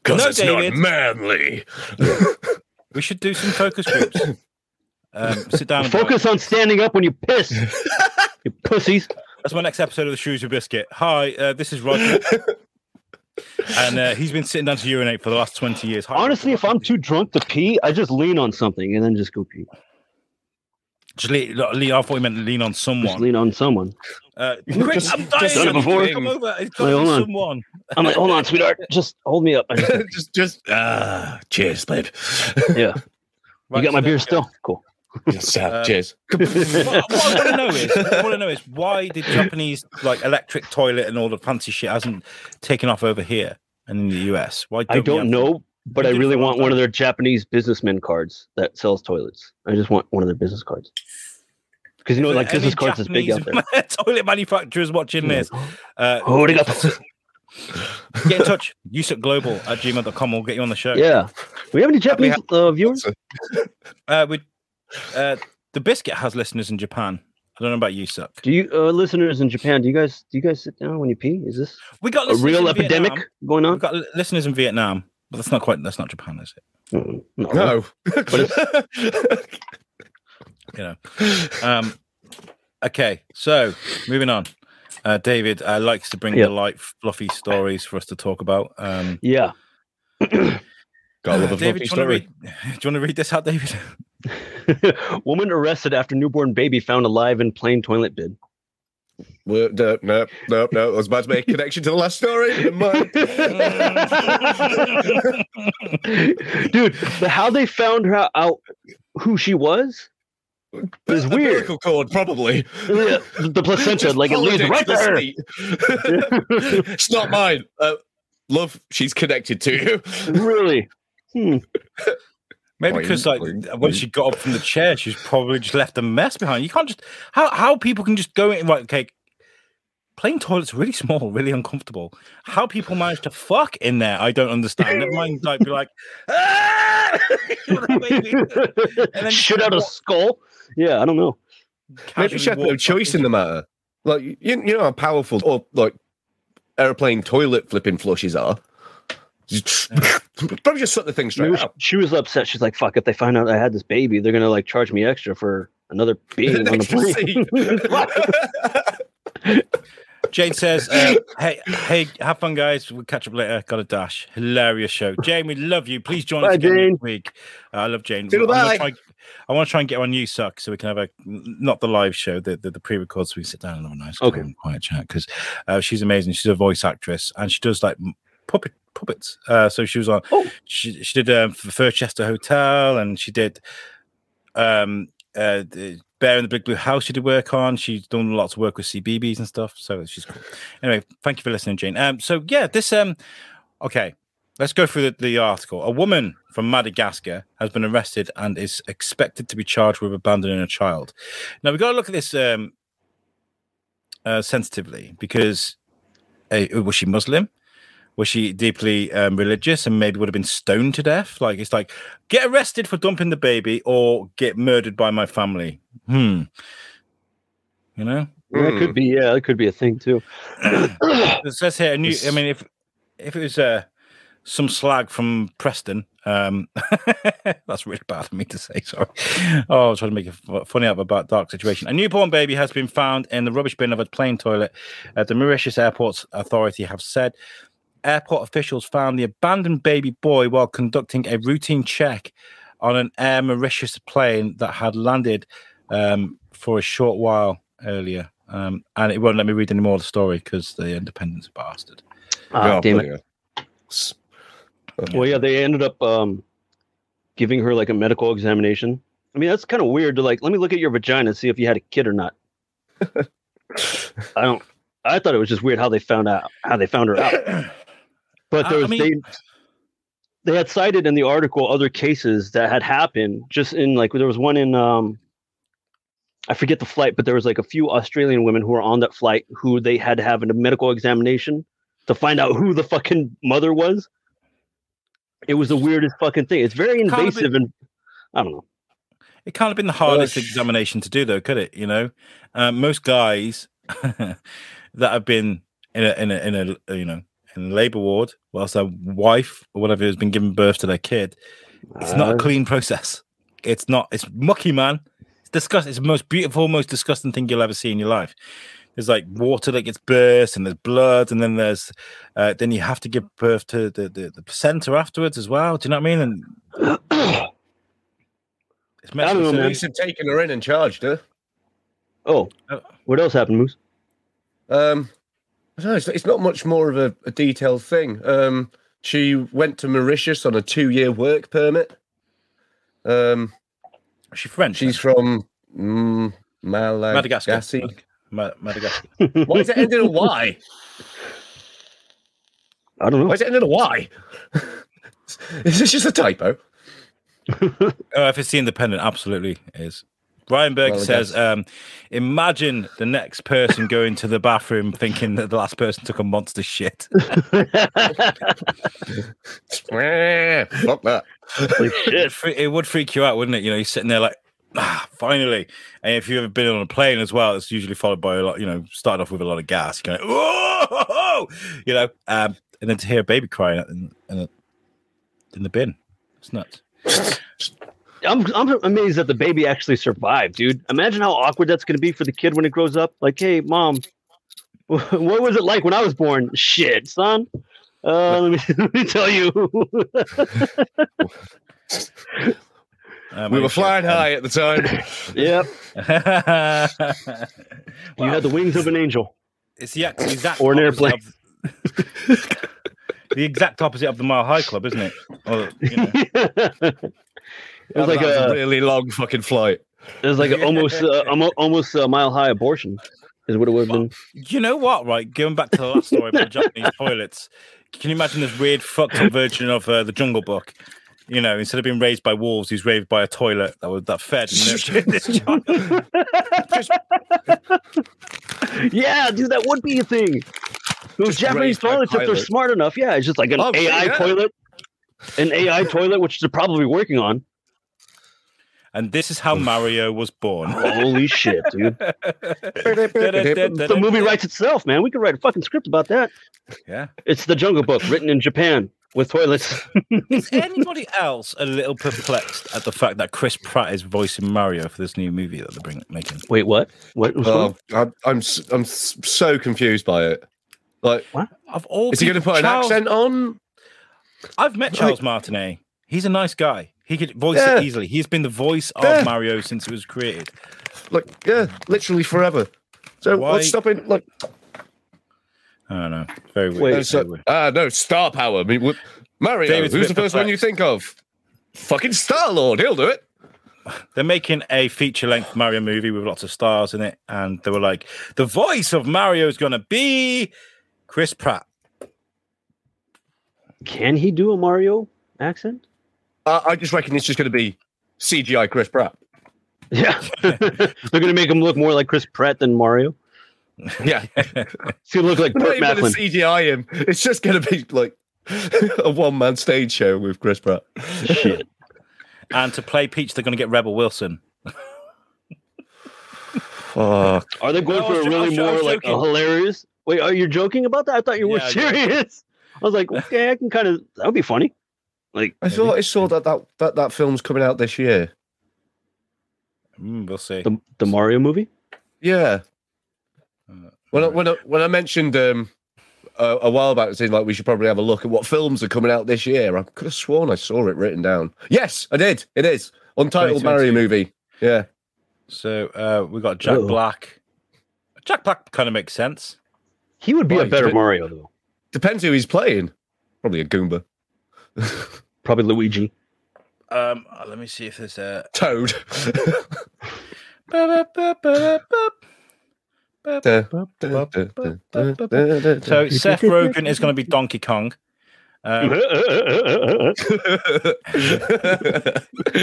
A: 'Cause
C: No,
A: it's
C: David.
A: not manly.
C: We should do some focus groups. um, sit down. and do it.
B: Focus on standing up when you piss. you pussies.
C: That's my next episode of the Shrewsbury Biscuit. Hi, uh, this is Roger. and uh, he's been sitting down to urinate for the last 20 years. Hi,
B: Honestly, if
C: Roger.
B: I'm too drunk to pee, I just lean on something and then just go pee.
C: Just lean, not lean, I thought you meant lean on
B: Just
C: someone.
B: lean on someone.
C: Uh, quick,
A: Just-
C: I'm dying.
A: just
B: done it before.
C: Come over. It's got
B: Wait,
C: to be
B: hold on.
C: someone.
B: I'm like, hold on, sweetheart. Just hold me up. I just,
A: just, just ah, cheers, babe.
B: yeah. You
C: Right,
B: got my
C: so
B: beer
C: that's good.
B: still? Cool.
A: Just, ah,
C: Uh,
A: cheers.
C: What, what I want to know is, what I want to know is, why did Japanese like electric toilet and all the fancy shit hasn't taken off over here and in the US? Why?
B: I
C: we have-
B: don't know, but
C: You
B: I
C: did
B: really
C: for a long
B: want one
C: time.
B: of their Japanese businessmen cards that sells toilets. I just want one of their business cards. Because you know,
C: If
B: like
C: any
B: business cards is big out there.
C: Japanese toilet manufacturers watching this. Uh,
B: Oh, they got
C: get in touch. Global at gmail.com. We'll get you on the show.
B: yeah. We have any Japanese uh, viewers?
C: Uh, we, uh, the biscuit has listeners in Japan. I don't know about you, Suck.
B: Do you uh, listeners in Japan? Do you guys do you guys sit down when you pee? Is this
C: We got
B: a
C: listeners
B: real
C: in
B: epidemic
C: Vietnam.
B: going on?
C: We've got li- listeners in Vietnam, but that's not quite. That's not Japan, is it?
B: Mm, No.
A: No,
C: Oh. Um, okay, so moving on. Uh, David uh, likes to bring
B: Yeah.
C: the light, fluffy stories for us to talk about. Um,
B: Yeah.
A: gotta love a
C: Uh, David,
A: David,
C: do you,
A: story.
C: want to read, do you want to read this out, David?
B: Woman arrested after newborn baby found alive in plain toilet bid.
A: Well, No, no, no, no. I was about to make a connection to the last story. Never mind.
B: Dude, the- how they found her out who she was is
A: A
B: weird.
A: miracle cord, probably.
B: Yeah, the placenta,
A: Just
B: like it leads
A: politics,
B: right to
A: the
B: her.
A: state. it's not mine. Uh, love, she's connected to you.
B: Really? Hmm.
C: Maybe
A: Boing,
C: because like
A: boing,
C: when
A: boing.
C: she got up from the chair, she's probably just left a mess behind. You can't just how how people can just go in like okay, plain toilets are really small, really uncomfortable. How people manage to fuck in there, I don't understand. Never mind, like be like, ah! Baby, then just
B: Shoot out a
C: walk-
B: skull? Yeah, I don't know.
A: Maybe she
C: casually
A: had
C: walk
A: no
C: back
A: choice in the
C: into-
A: matter. Like you, you know how powerful or like airplane toilet flipping flushes are. Just- Probably just suck the thing
B: Maybe
A: straight
B: she-
A: out.
B: she was upset. She's like, "Fuck! If they find out I had this baby, they're gonna like charge me extra for another being on the
A: Extra seat.
B: plane."
C: Jane says, uh, "Hey, hey, have fun, guys. We'll catch up later. Got a dash. Hilarious show. Jane, we love you. Please join us
B: Bye,
C: again
B: Jane.
C: next week. Uh, I love Jane.
A: See you,
C: I'm gonna
A: bye.
C: try- I want to try and get on you, suck, so we can have a not the live show, the the, the pre-record, so we can sit down and have a nice
B: Okay.
C: calm, quiet chat because uh, she's amazing. She's a voice actress and she does like m- puppet puppets. Uh, so she was on.
B: Oh.
C: She she did um, for Furchester Hotel and she did um uh, the Bear in the Big Blue House. She did work on. She's done lots of work with CBBS and stuff. So she's cool. Anyway, thank you for listening, Jane. Um, so yeah, this um, okay, let's go through the, the article. A woman from Madagascar has been arrested and is expected to be charged with abandoning a child. Now we got to look at this um, uh, sensitively because uh, was she Muslim? Was she deeply um, religious and maybe would have been stoned to death? Like it's like get arrested for dumping the baby or get murdered by my family. Hmm. You know,
B: That could be, yeah, that could be a thing too.
C: It says here, a new. I mean, if if it was uh, some slag from Preston, um, that's really bad of me to say. Sorry. Oh, I was trying to make a fu- funny out of a dark situation. A newborn baby has been found in the rubbish bin of a plane toilet. Uh, the Mauritius Airports Authority have said airport officials found the abandoned baby boy while conducting a routine check on an Air Mauritius plane that had landed um, for a short while earlier. Um, and it won't let me read any more of the story because the independent's a bastard.
B: Ah,
A: Oh,
B: damn it.
A: bloody hell. S-
B: Well, yeah, they ended up um, giving her like a medical examination. I mean, that's kind of weird to like, let me look at your vagina and see if you had a kid or not. I don't, I thought it was just weird how they found out, how they found her out. But there
C: I- I
B: was,
C: mean-
B: they, they had cited in the article other cases that had happened just in like, there was one in, um, I forget the flight, but there was like a few Australian women who were on that flight who they had to have a medical examination to find out who the fucking mother was. It was the weirdest fucking thing. It's very
C: Can't have
B: invasive and I don't know.
C: It can't have been the hardest
A: sh-
C: examination to do, though, could it? You know, um, most guys that have been in a in a in a you know in a labour ward whilst their wife or whatever has been giving birth to their kid, it's
B: Uh,
C: not a clean process. It's not. It's mucky, man. It's disgusting. It's the most beautiful, most disgusting thing you'll ever see in your life. There's like water that gets burst, and there's blood, and then there's uh, then you have to give birth to the, the the placenta afterwards as well. Do you know what I mean? And
B: Uh,
C: it's
B: I don't know,
A: So
B: man.
A: police have taken her in and charged her.
B: oh, what else happened, Moose?
A: Um, I don't know, it's, it's not much more of a, a detailed thing. Um, she went to Mauritius on a two-year work permit. Um,
C: Is she French.
A: she's from mm, Malagasy.
C: Madagascar. Madag- Ma- Madagascar.
A: Why is it ended in a Y?
B: I don't
A: Why
B: know.
A: is it ended in a Y? is this just a typo?
C: Oh, if it's the Independent, absolutely is. Ryan Berg
A: Well, I
C: says,
A: guess.
C: um, imagine the next person going to the bathroom thinking that the last person took a monster shit.
A: Fuck that.
B: Like, shit.
C: It, fre- it would freak you out, wouldn't it? You know, you're sitting there like, ah, finally. And if you've ever been on a plane as well, it's usually followed by a lot, you know, start off with a lot of gas. You're going, oh, you know, um, and then to hear a baby crying in, in, in the bin. It's nuts.
B: I'm I'm amazed that the baby actually survived, dude. Imagine how awkward that's going to be for the kid when it grows up. Like, hey, mom, what was it like when I was born? Shit, son. Uh, let, me, let me tell you.
C: Um,
A: We were
C: anyway,
A: flying
C: um,
A: high at the time.
B: yep, you
C: Wow.
B: had the wings of an angel.
C: It's the ex- exact
B: Or an
C: opposite
B: airplane.
C: of- the exact opposite of the Mile High Club, isn't it? Or, you know,
B: it was like
A: That
B: a,
A: really long fucking flight.
B: it was like a almost uh, almo- almost a mile high abortion is what it would have been.
C: you know what? Right, going back to the last story about Japanese toilets, can you imagine this weird fucked up version of uh, the Jungle Book? You know, instead of being raised by wolves, he's raised by a toilet that was that fed and nurtured this
A: Oh,
C: child.
B: Yeah, dude, that would be a thing. Those
A: Just
B: Japanese
A: raised by
B: toilets, if they're
A: pilots.
B: smart enough, yeah, it's just like an
A: Oh,
B: AI
A: yeah.
B: toilet, an AI toilet, which they're probably working on.
C: And this is how Mario was born.
B: Holy shit, dude! The movie writes itself, man. We could write a fucking script about that.
C: Yeah.
B: It's the Jungle Book, written in Japan with toilets.
C: Is anybody else a little perplexed at the fact that Chris Pratt is voicing Mario for this new movie that they're bringing, making?
B: Wait, what? What? was
A: Oh, I'm, I'm s- I'm s- so confused by it. Like,
C: Of all
A: is he going to
C: people-
A: put an
C: Charles-
A: accent on?
C: I've met Charles Martinet. He's a nice guy. He could voice
A: Yeah.
C: it easily. He's been the voice of
A: Yeah.
C: Mario since it was created.
A: Like, yeah, literally forever. So
C: Why-
A: what's stopping? Like,
C: I don't know. Very weird.
B: Wait,
A: no, so- ah, no, star power. I mean, what, Mario.
C: David's a
A: who's the
C: bit
A: first one you think of? Fucking Star Lord. He'll do it.
C: They're making a feature length Mario movie with lots of stars in it. And they were like, the voice of Mario is going to be Chris Pratt.
B: Can he do a Mario accent?
A: Uh, I just reckon it's just going to be CGI Chris Pratt.
B: Yeah, they're gonna make him look more like Chris Pratt than Mario.
A: Yeah,
B: He's gonna look like
A: We're
B: Burt
A: not even going
B: Macklin.
A: to CGI him. It's just going to be like a one man stage show with Chris Pratt.
B: Shit.
C: And to play Peach, they're going to get Rebel Wilson.
A: Fuck.
B: Are they going
C: No, I
B: for
C: was
B: a
C: jo- I
B: really
C: was jo- I
B: more
C: was
B: like a
C: joking.
B: hilarious? Wait, are you joking about that? I thought you were
C: Yeah, yeah.
B: serious. I was like, okay, I can kind of that would be funny. Like,
A: I thought I saw that that, that that film's coming out this year.
C: Mm, we'll see.
B: the the Mario movie.
A: Yeah.
C: Uh,
A: When I,
C: right.
A: when I, when I mentioned um, a, a while back, saying like we should probably have a look at what films are coming out this year, I could have sworn I saw it written down. Yes, I did. It is untitled Mario
C: 2022.
A: movie. Yeah.
C: So uh, we got Jack
B: Uh-oh.
C: Black. Jack Black kind of makes sense.
B: He would be
A: Right,
B: a better
A: but-
B: Mario though.
A: Depends who he's playing. Probably a Goomba.
B: Probably Luigi.
C: Um, uh, let me see if there's a.
A: Toad.
C: So Seth Rogen is going to be Donkey Kong. Um, Oh,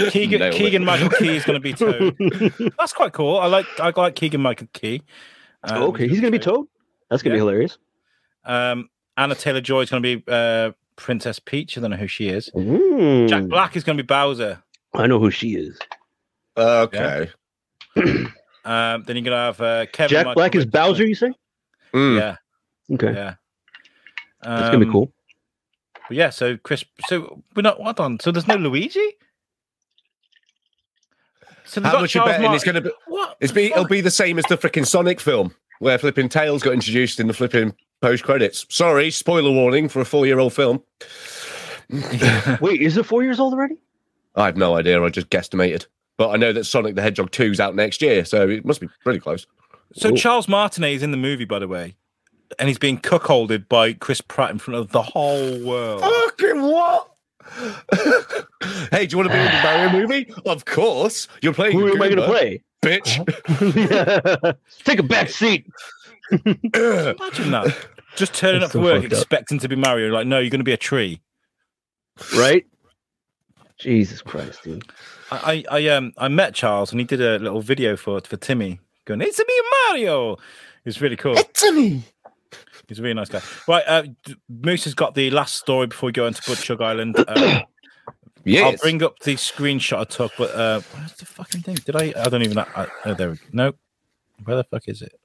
C: Keegan,
A: Nailed it.
C: Keegan Michael Key is going to be Toad. That's quite cool. I like I like Keegan Michael Key. Um,
B: okay, he's gonna be Toad. That's gonna be
C: Yeah.
B: hilarious.
C: Um, Anna Taylor Joy is going to be uh, Princess Peach. I don't know who she is. Jack
B: Mm.
C: Black is going to be Bowser.
B: I know who she is.
A: okay.
C: Um, then you're going to have uh, Kevin.
B: Jack
C: Michael
B: Black is
C: Richardson.
B: Bowser. You say? Hmm.
A: Mm.
C: Yeah,
B: Okay,
C: yeah.
B: that's gonna be
C: Um,
B: cool.
C: But yeah, so Chris, so we're not what on? So there's no Luigi. So there's
A: How
C: not
A: much you
C: Charles
A: betting
C: Mar-
A: it's going to be?
C: What?
A: It's
C: the
A: be it'll
C: fuck?
A: be the same as the freaking Sonic film where flipping Tails got introduced in the flipping post credits. Sorry, spoiler warning for a four year old film.
B: Wait, is it four years old already?
A: I have no idea. I just guesstimated. But I know that Sonic the Hedgehog 2's out next year, so it must be pretty close.
C: so
B: Ooh.
C: Charles Martinet is in the movie, by the way, and he's being cuckolded by Chris Pratt in front of the whole world.
A: Fucking what? hey, do you want to be in the Mario movie? Of course. You're playing.
B: Who am I gonna
A: Goomba,
B: play?
A: Bitch.
B: Take a back seat.
C: Imagine that. Just turning
B: It's
C: up for
B: so
C: work
B: fucked up.
C: expecting to be Mario. Like, no, you're going to be a tree.
B: right? Jesus Christ, dude.
C: I, I, I um, I met Charles and he did a little video for for Timmy going, "It's me, Mario." It's really cool.
A: to me.
C: He's a really nice guy. Right, uh, d- Moose has got the last story before we go into Butchug Island. Uh, I'll
A: Yes.
C: bring up the screenshot I took, but uh, where's the fucking thing? Did I? I don't even. I, oh, there we go. No, where the fuck is it,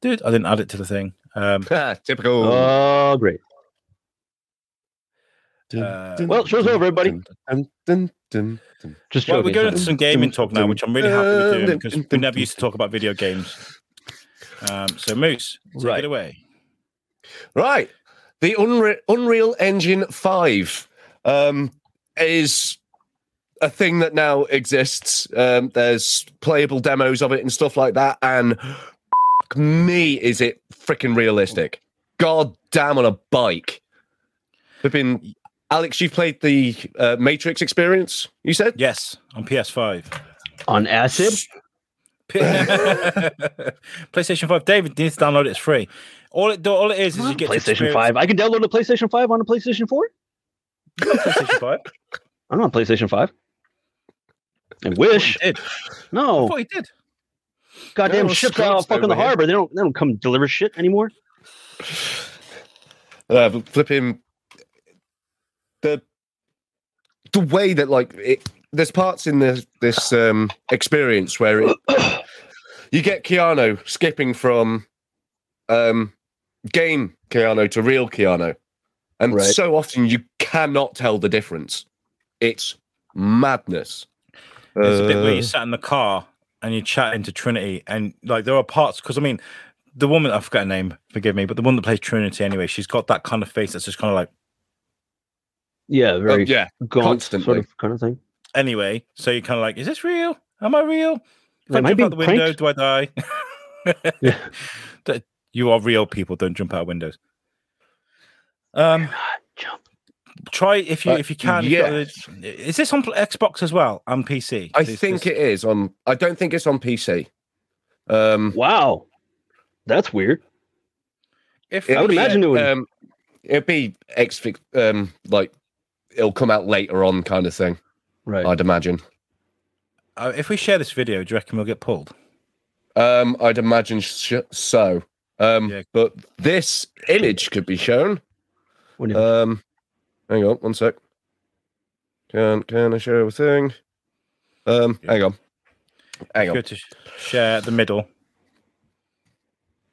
C: dude? I didn't add it to the thing. Um,
A: Ha, Typical.
B: Oh, great.
C: uh,
B: Well, show's over, everybody.
A: Dun, dun, dun, dun.
B: Just
C: well,
B: joking.
C: we're going into some gaming talk now, which I'm really happy we're doing because we never used to talk about video games. Um, so Moose, take
B: Right.
C: it away.
A: Right. The Unre- Unreal Engine 5 um, is a thing that now exists. Um, there's playable demos of it and stuff like that. And fuck me, is it freaking realistic? God damn, on a bike. We've been. Alex, you've played the uh, Matrix experience, you said?
C: Yes, on PS5.
B: on acid.
C: PlayStation 5. David needs to download it. It's free. All it do- all it is is you get to
B: PlayStation
C: experience-
B: Five. I can download a PlayStation Five on a PlayStation Four.
C: PlayStation 5.
B: I'm on PlayStation Five. I
C: I thought
B: wish
C: you did. I
B: no
C: thought you did.
A: Yeah,
B: goddamn
A: well,
B: ships out
A: Scott's
B: fucking
A: over
B: the
A: here.
B: harbor. They don't they don't come deliver shit anymore.
A: uh, flipping the the way that like it, there's parts in this this um, experience where it, you get Keanu skipping from um, game Keanu to real Keanu, and
B: Right.
A: so often you cannot tell the difference. It's madness.
B: Oh.
C: There's a bit where
A: Uh,
C: you sat in the car and you're chatting to Trinity, and like there are parts because I mean, the woman I forgot her name, forgive me, but the one that plays Trinity anyway, she's got that kind of face that's just kind of like
B: Yeah,
A: oh,
B: very
A: yeah,
B: gaunt sort
A: constantly.
B: of kind of thing.
C: anyway. So you're kind of like, is this real? Am I real? If
B: Am
C: I
B: I
C: jump out the
B: being
C: window, do I die?
B: Yeah.
C: That- you are real people. Don't jump out of windows. Um,
B: Jump.
C: try if you
A: Uh,
C: if you can. if you've got
A: yes.
C: the- is this on pl- Xbox as well and PC?
A: I
C: This-
A: think
C: this-
A: it is on. I don't think it's on PC. Um,
B: Wow, that's weird.
C: If
B: I would
A: be,
B: imagine it would-
A: Um, it'd be ex, um, like it'll come out later on, kind of thing.
B: Right.
A: I'd imagine.
C: uh, if we share this video, do you reckon we'll get pulled?
A: Um, I'd imagine sh- so. Um,
C: Yeah.
A: but this image could be shown.
B: What do you-
A: Um, hang on, one sec. Can can I share a thing? Um, hang on. Hang on.
C: Go to sh- share the middle.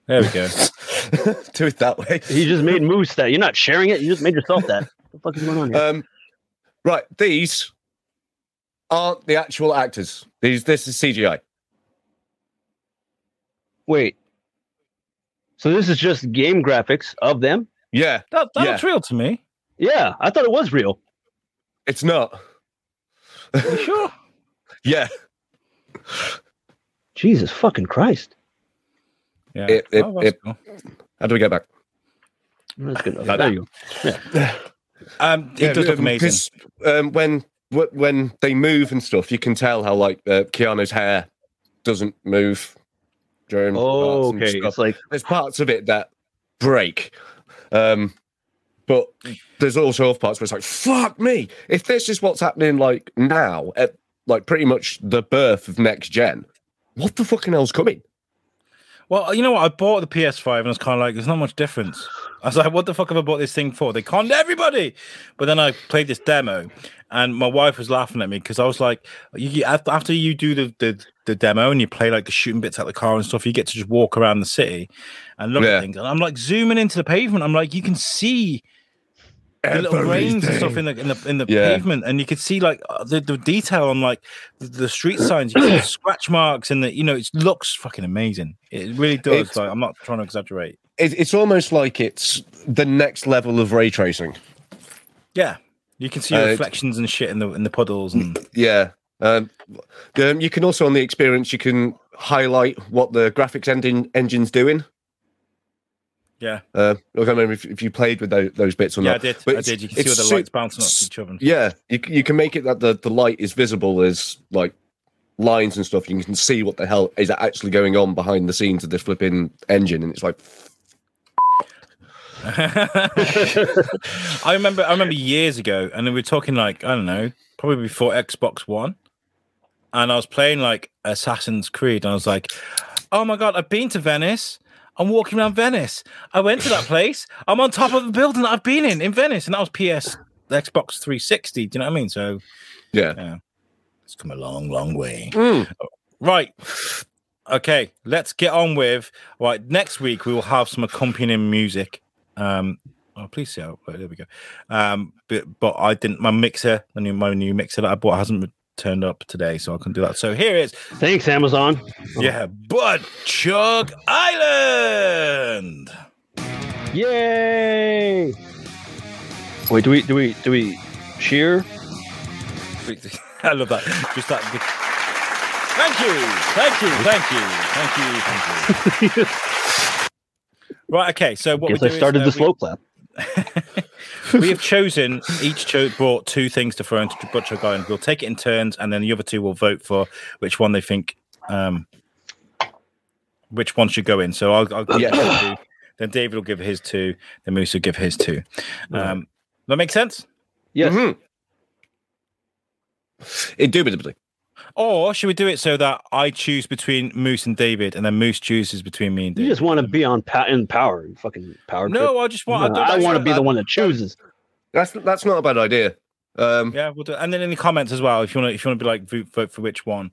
C: There we go.
A: Do it that way.
B: He just made Moose that. You're not sharing it. You just made yourself that. What the fuck is going on here?
A: Um, right, these aren't the actual actors. These this is CGI.
B: Wait. So this is just game graphics of them?
A: Yeah,
C: That, that
A: Yeah.
C: looks real to me.
B: Yeah, I thought it was real.
A: it's not.
C: You sure?
A: Yeah,
B: Jesus fucking Christ.
C: Yeah.
A: It- it-
C: oh, that's
A: it-
C: cool.
A: how do we go back?
B: That's good enough.
C: Like
B: there
C: that.
B: you go.
C: Um, it does look
A: um,
C: amazing.
A: 'cause, Um, when wh- when they move and stuff, you can tell how like uh, Keanu's hair doesn't move during parts
B: Oh,
A: and
B: okay.
A: stuff.
B: It's like,
A: there's parts of it that break. Um, but there's also other parts where it's like, fuck me. If this is what's happening like now, at like pretty much the birth of next gen, what the fucking hell's coming?
C: Well, you know what? I bought the PS5 and I was kind of like, there's not much difference. I was like, what the fuck have I bought this thing for? They conned everybody. But then I played this demo and my wife was laughing at me because I was like, you, you- af- after you do the, the, the demo and you play like the shooting bits out the car and stuff, you get to just walk around the city and look
A: Yeah.
C: at things. And I'm like zooming into the pavement. I'm like, you can see the little grains and stuff in the in the in the
A: Yeah.
C: pavement, and you could see like uh, the, the detail on like the, the street signs, you can see scratch marks, and the you know it looks fucking amazing. It really does.
A: It's-
C: like I'm not trying to exaggerate.
A: It, it's almost like it's the next level of ray tracing.
C: Yeah, you can see
A: Uh,
C: reflections and shit in the in the puddles, and
A: Yeah. Um, um, you can also, on the experience, you can highlight what the graphics engine engine's doing.
C: yeah,
A: Uh, I can't remember if, if you played with those, those bits or
C: yeah, I
A: not.
C: did,
A: But
C: I
A: it's-
C: did. You can see all
A: it's
C: the
A: su-
C: lights bouncing off each other.
A: Yeah, you, c- you can make it that the, the light is visible as like lines and stuff. You can see what the hell is actually going on behind the scenes of this flipping engine, and it's like,
C: I remember, I remember years ago, and we were talking like I don't know, probably before Xbox One, and I was playing like Assassin's Creed, and I was like, "Oh my god, I've been to Venice. I'm walking around Venice. I went to that place. I'm on top of a building that I've been in in Venice, and that was PS Xbox 360. Do you know what I mean? So
A: yeah,
C: it's come a long, long way. Right. Okay, let's get on with right. Next week we will have some accompanying music. Um oh please see how oh, there we go. Um but, but I didn't my mixer, my new my new mixer that I bought hasn't re- turned up today, so I can do that. So here is
B: thanks, Amazon.
C: yeah, Bud Chug Island.
B: Yay! Wait, do we do we do we cheer?
C: I love that. Just that big- Thank you. Thank you. Thank you. Thank you. Thank you. right, okay. So what
B: Guess
C: we
B: I
C: do is,
B: started
C: uh,
B: the
C: we-
B: slow clap.
C: we have chosen each cho- brought two things to throw into Butcher Guy, and we'll take it in turns, and then the other two will vote for which one they think um, which one should go in. So I'll, I'll give
A: Yeah.
C: my two, then David will give his two, then Moose will give his two. Um, that makes sense.
B: Yes.
A: Mhm. indubitably.
C: Or should we do it so that I choose between Moose and David, and then Moose chooses between me and
B: You
C: David?
B: just want to be on pa- in power, you fucking power. trip.
C: no, I just want.
B: No, I,
C: don't-
B: want to be
C: I-
B: the one that chooses.
A: That's that's not a bad idea. Um,
C: Yeah, we'll do. And then in the comments as well, if you want to, if you want to be like vote, vote for which one.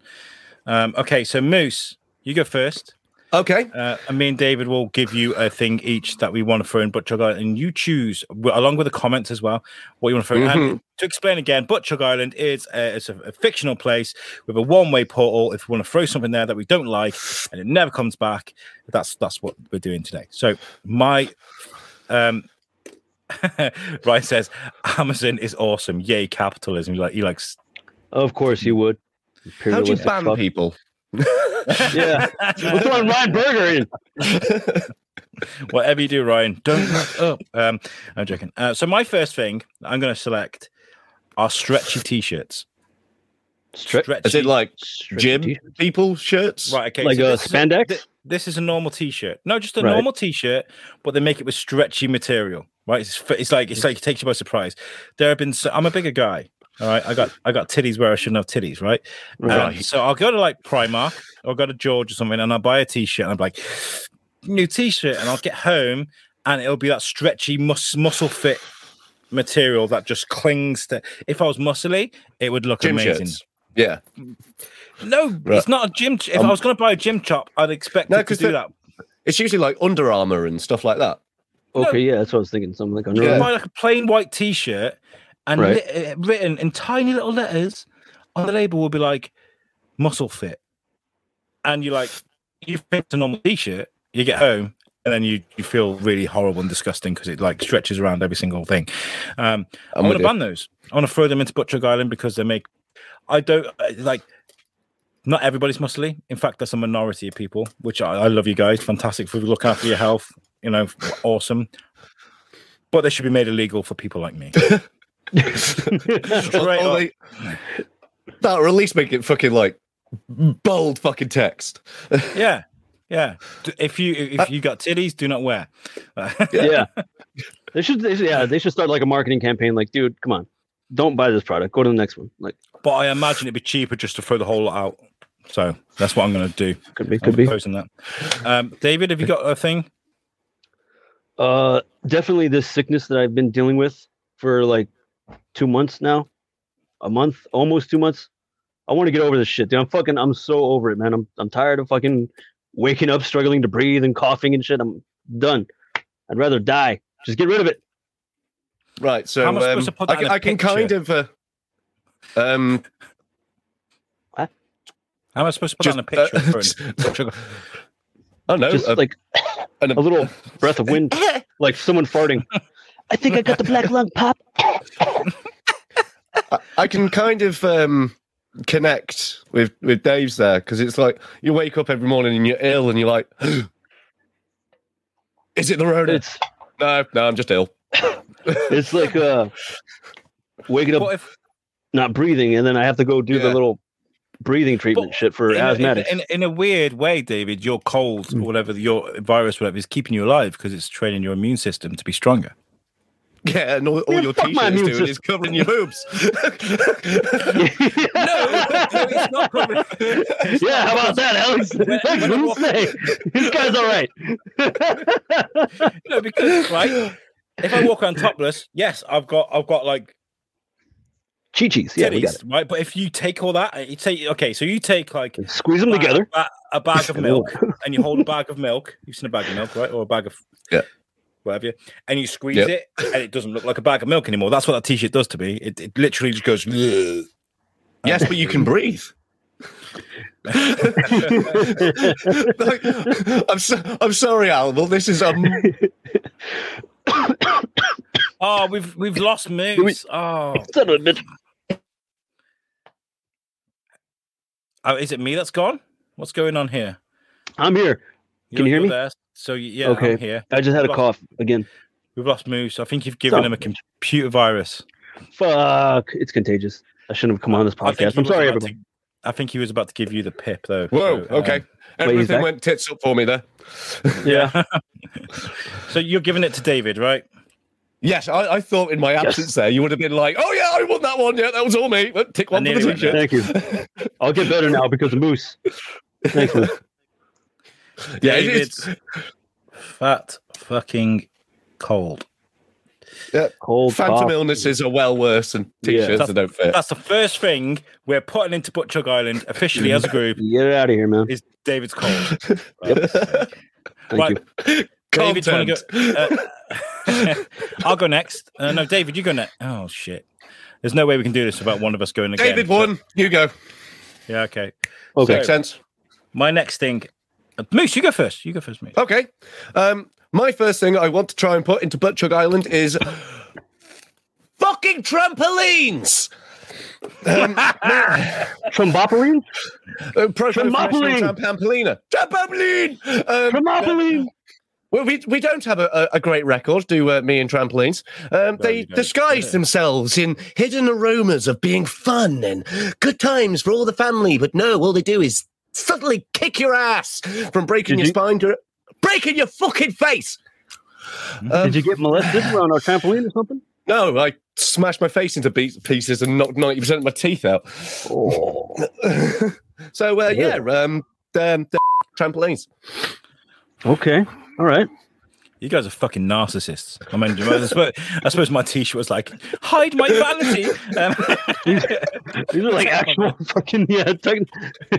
C: Um, okay, so Moose, you go first.
A: okay,
C: Uh, and me and David will give you a thing each that we want to throw in Butchug Island, and you choose w- along with the comments as well what you want to throw. in. And to explain again, Butchug Island is a, it's a, a fictional place with a one-way portal. If we want to throw something there that we don't like and it never comes back, that's that's what we're doing today. So my um. Ryan says Amazon is awesome. Yay, capitalism! He like he likes.
B: Of course you would.
A: how do you
B: Imperialistic
A: ban
B: fuck.
A: people?
B: Yeah, we're throwing Ryan Berger in.
C: Whatever you do, Ryan, don't mess up. Um, I'm joking. Uh, so my first thing that I'm going to select are stretchy t-shirts.
B: Stretch,
A: Is it like
B: stretch
A: gym
B: t-
A: people shirts?
C: right? Okay,
B: like
C: so
B: a
C: this is
B: spandex?
C: thi- this is a normal t-shirt. No, just a
B: Right.
C: normal t-shirt, but they make it with stretchy material. Right? It's, f- it's like it's like it takes you by surprise. There have been. So, I'm a bigger guy. All right, I got I got titties where I shouldn't have titties. Right. Um,
A: Right.
C: so I'll go to like Primark or go to George or something, and I'll buy a t-shirt, and I'm like, new t-shirt, and I'll get home, and it'll be that stretchy mus- muscle fit material that just clings to. If I was muscly, it would look
A: Gym
C: amazing.
A: shirts. Yeah.
C: No, it's not a gym. Ch- if
A: Um,
C: I was going to buy a gym chop, I'd expect
A: No,
C: it to
A: 'cause
C: do
A: the-
C: that.
A: It's usually like Under Armour and stuff like that.
B: Okay, yeah, that's what I was thinking. Something like Under
A: Yeah.
C: You
B: Armour.
C: buy like a plain white T-shirt and
B: Right.
C: lit- uh, written in tiny little letters on the label will be like "muscle fit," and you're like, you think it's a normal T-shirt. You get home and then you you feel really horrible and disgusting because it like stretches around every single thing. Um,
A: I'm
C: I want
A: with
C: to
A: you.
C: ban those. I want to throw them into Butcher Island because they make. I don't uh, like. Not everybody's muscly. In fact, that's a minority of people, which I, I love you guys. Fantastic for looking after your health. You know, awesome. But they should be made illegal for people like me.
A: Or-
C: Straight
A: or
C: up.
A: they- that or at least make it fucking like bold fucking text.
C: Yeah, yeah. D- If you
A: Uh,
C: if you got titties, do not wear.
A: Yeah.
B: yeah. They should, they should, yeah, they should start like a marketing campaign. Like, dude, come on, don't buy this product. Go to the next one. Like,
C: but I imagine it'd be cheaper just to throw the whole lot out. So that's what I'm going to do.
B: could be,
C: I'm
B: could be.
C: proposing that. Um, David, have you got a thing?
B: Uh, definitely this sickness that I've been dealing with for like two months now, a month, almost two months. I want to get over this shit, dude. I'm fucking, I'm so over it, man. I'm, I'm tired of fucking waking up, struggling to breathe, and coughing and shit. I'm done. I'd rather die. Just get rid of it.
A: Right. So
C: How am I supposed
A: um,
C: to put
A: I,
C: that
A: can-
C: in a
A: I can kind
C: picture?
A: of uh, um
C: How am I supposed to put
A: just
C: that on a picture?
A: uh,
C: of throwing-
A: I don't know.
B: Just
A: uh,
B: like
A: an-
B: a little breath of wind, like someone farting. I think I got the black lung pop.
A: I- I can kind of um, connect with with Dave's there because it's like you wake up every morning and you're ill and you're like, is it the road?
B: It's
A: no, no, I'm just ill.
B: it's like uh waking up
C: What if
B: not breathing and then I have to go do the
A: Yeah.
B: little breathing treatment
C: But
B: shit for
C: in a- in a-
B: asthmatics.
C: In, in a weird way, David, your cold or
B: Mm.
C: whatever, your virus, whatever, is keeping you alive because it's training your immune system to be stronger.
A: Yeah, and all, all
B: Man,
A: your
B: fuck
A: t-shirt
B: my
A: is
B: immune
A: doing is covering your boobs.
C: it's not covering-
B: yeah, how about that, Alex? Alex,
C: when I
B: what do you say? This guy's all right.
C: No, because right, if I walk around topless, yes, I've got, I've got like
B: Chi-chis. Yeah, we got
C: titties,
B: it.
C: right? But if you take all that, you take okay, so you take like
B: Squeeze them
C: bag-
B: together.
C: ba- A bag of milk, and you hold a bag of milk. You've seen a bag of milk, right? Or a bag of
A: Yeah.
C: whatever, you- and you squeeze
A: Yep.
C: it, and it doesn't look like a bag of milk anymore. That's what that t-shirt does to me. It, it literally just goes. "Ugh."
A: yes, but you can breathe. Like, I'm so, I'm sorry, Al, but this is um,
C: Oh, we've we've lost moose. Oh,
B: Son of a bitch.
C: oh, is it me that's gone? What's going on here?
B: I'm here. Can you hear
C: you're
B: me?
C: There. So y- yeah,
B: Okay.
C: I'm here.
B: I just had a cough again.
C: We've lost moose. I think you've given
B: Son
C: him a
B: of a bitch.
C: computer virus.
B: Fuck. It's contagious. I shouldn't have come on this
C: I think
B: podcast.
C: he
B: I'm
C: was
B: sorry,
C: about to-
B: everybody.
C: I think he was about to give you the pip though.
A: whoa,
C: so, um,
A: okay,
B: he's
A: everything
B: back?
A: went tits up for me there.
B: Yeah.
C: so you're giving it to David, right?
A: Yes, I, I thought in my absence there you would have been like, "Oh yeah, I won that one. Yeah, that was all me." But tick one for the
C: nearly went
A: t-shirt.
B: Thank you. I'll get better now because of Moose. Thanks, Moose.
A: Yeah, it is.
C: David's fat fucking cold.
B: Cold
A: Phantom
B: cough.
A: illnesses are well worse than t-shirts
B: Yeah.
A: that don't fit.
C: That's the first thing we're putting into Butchug Island officially as a group
B: Get it out of here, man.
C: is David's cold.
B: Thank
C: right.
B: you.
C: David's wanna
A: Content.
C: Uh, I'll go next. Uh, no, David, you go next. Oh shit! There's no way we can do this without one of us going again.
A: David won. You go.
C: Yeah, okay.
B: Okay.
A: Makes sense.
C: My next thing, uh, Moose, you go first. You go first, Moose.
A: Okay. Um, my first thing I want to try and put into Butchug Island is fucking trampolines. Um,
B: Thrombopoline?
A: uh, pro
B: Trampoline.
A: professional trampoliner. Trampoline. Um,
B: Thrombopoline!
A: Well, we, we don't have a, a, a great record, do uh, me and trampolines. Um, they
C: you don't.
A: disguise
C: Yeah.
A: themselves in hidden aromas of being fun and good times for all the family, but no, all they do is subtly kick your ass from breaking
B: Did
A: your
B: you-
A: spine to breaking your fucking face. Um,
B: Did you get molested on a trampoline or something?
A: no, I smashed my face into be- pieces and knocked ninety percent of my teeth out.
B: Oh.
A: so uh, yeah,
B: Yeah.
A: um, um, trampolines.
B: Okay. All right.
C: You guys are fucking narcissists. I mean, do you know- I suppose, I suppose my T-shirt was like, "Hide my vanity." Um,
B: These are like actual fucking yeah, tech a,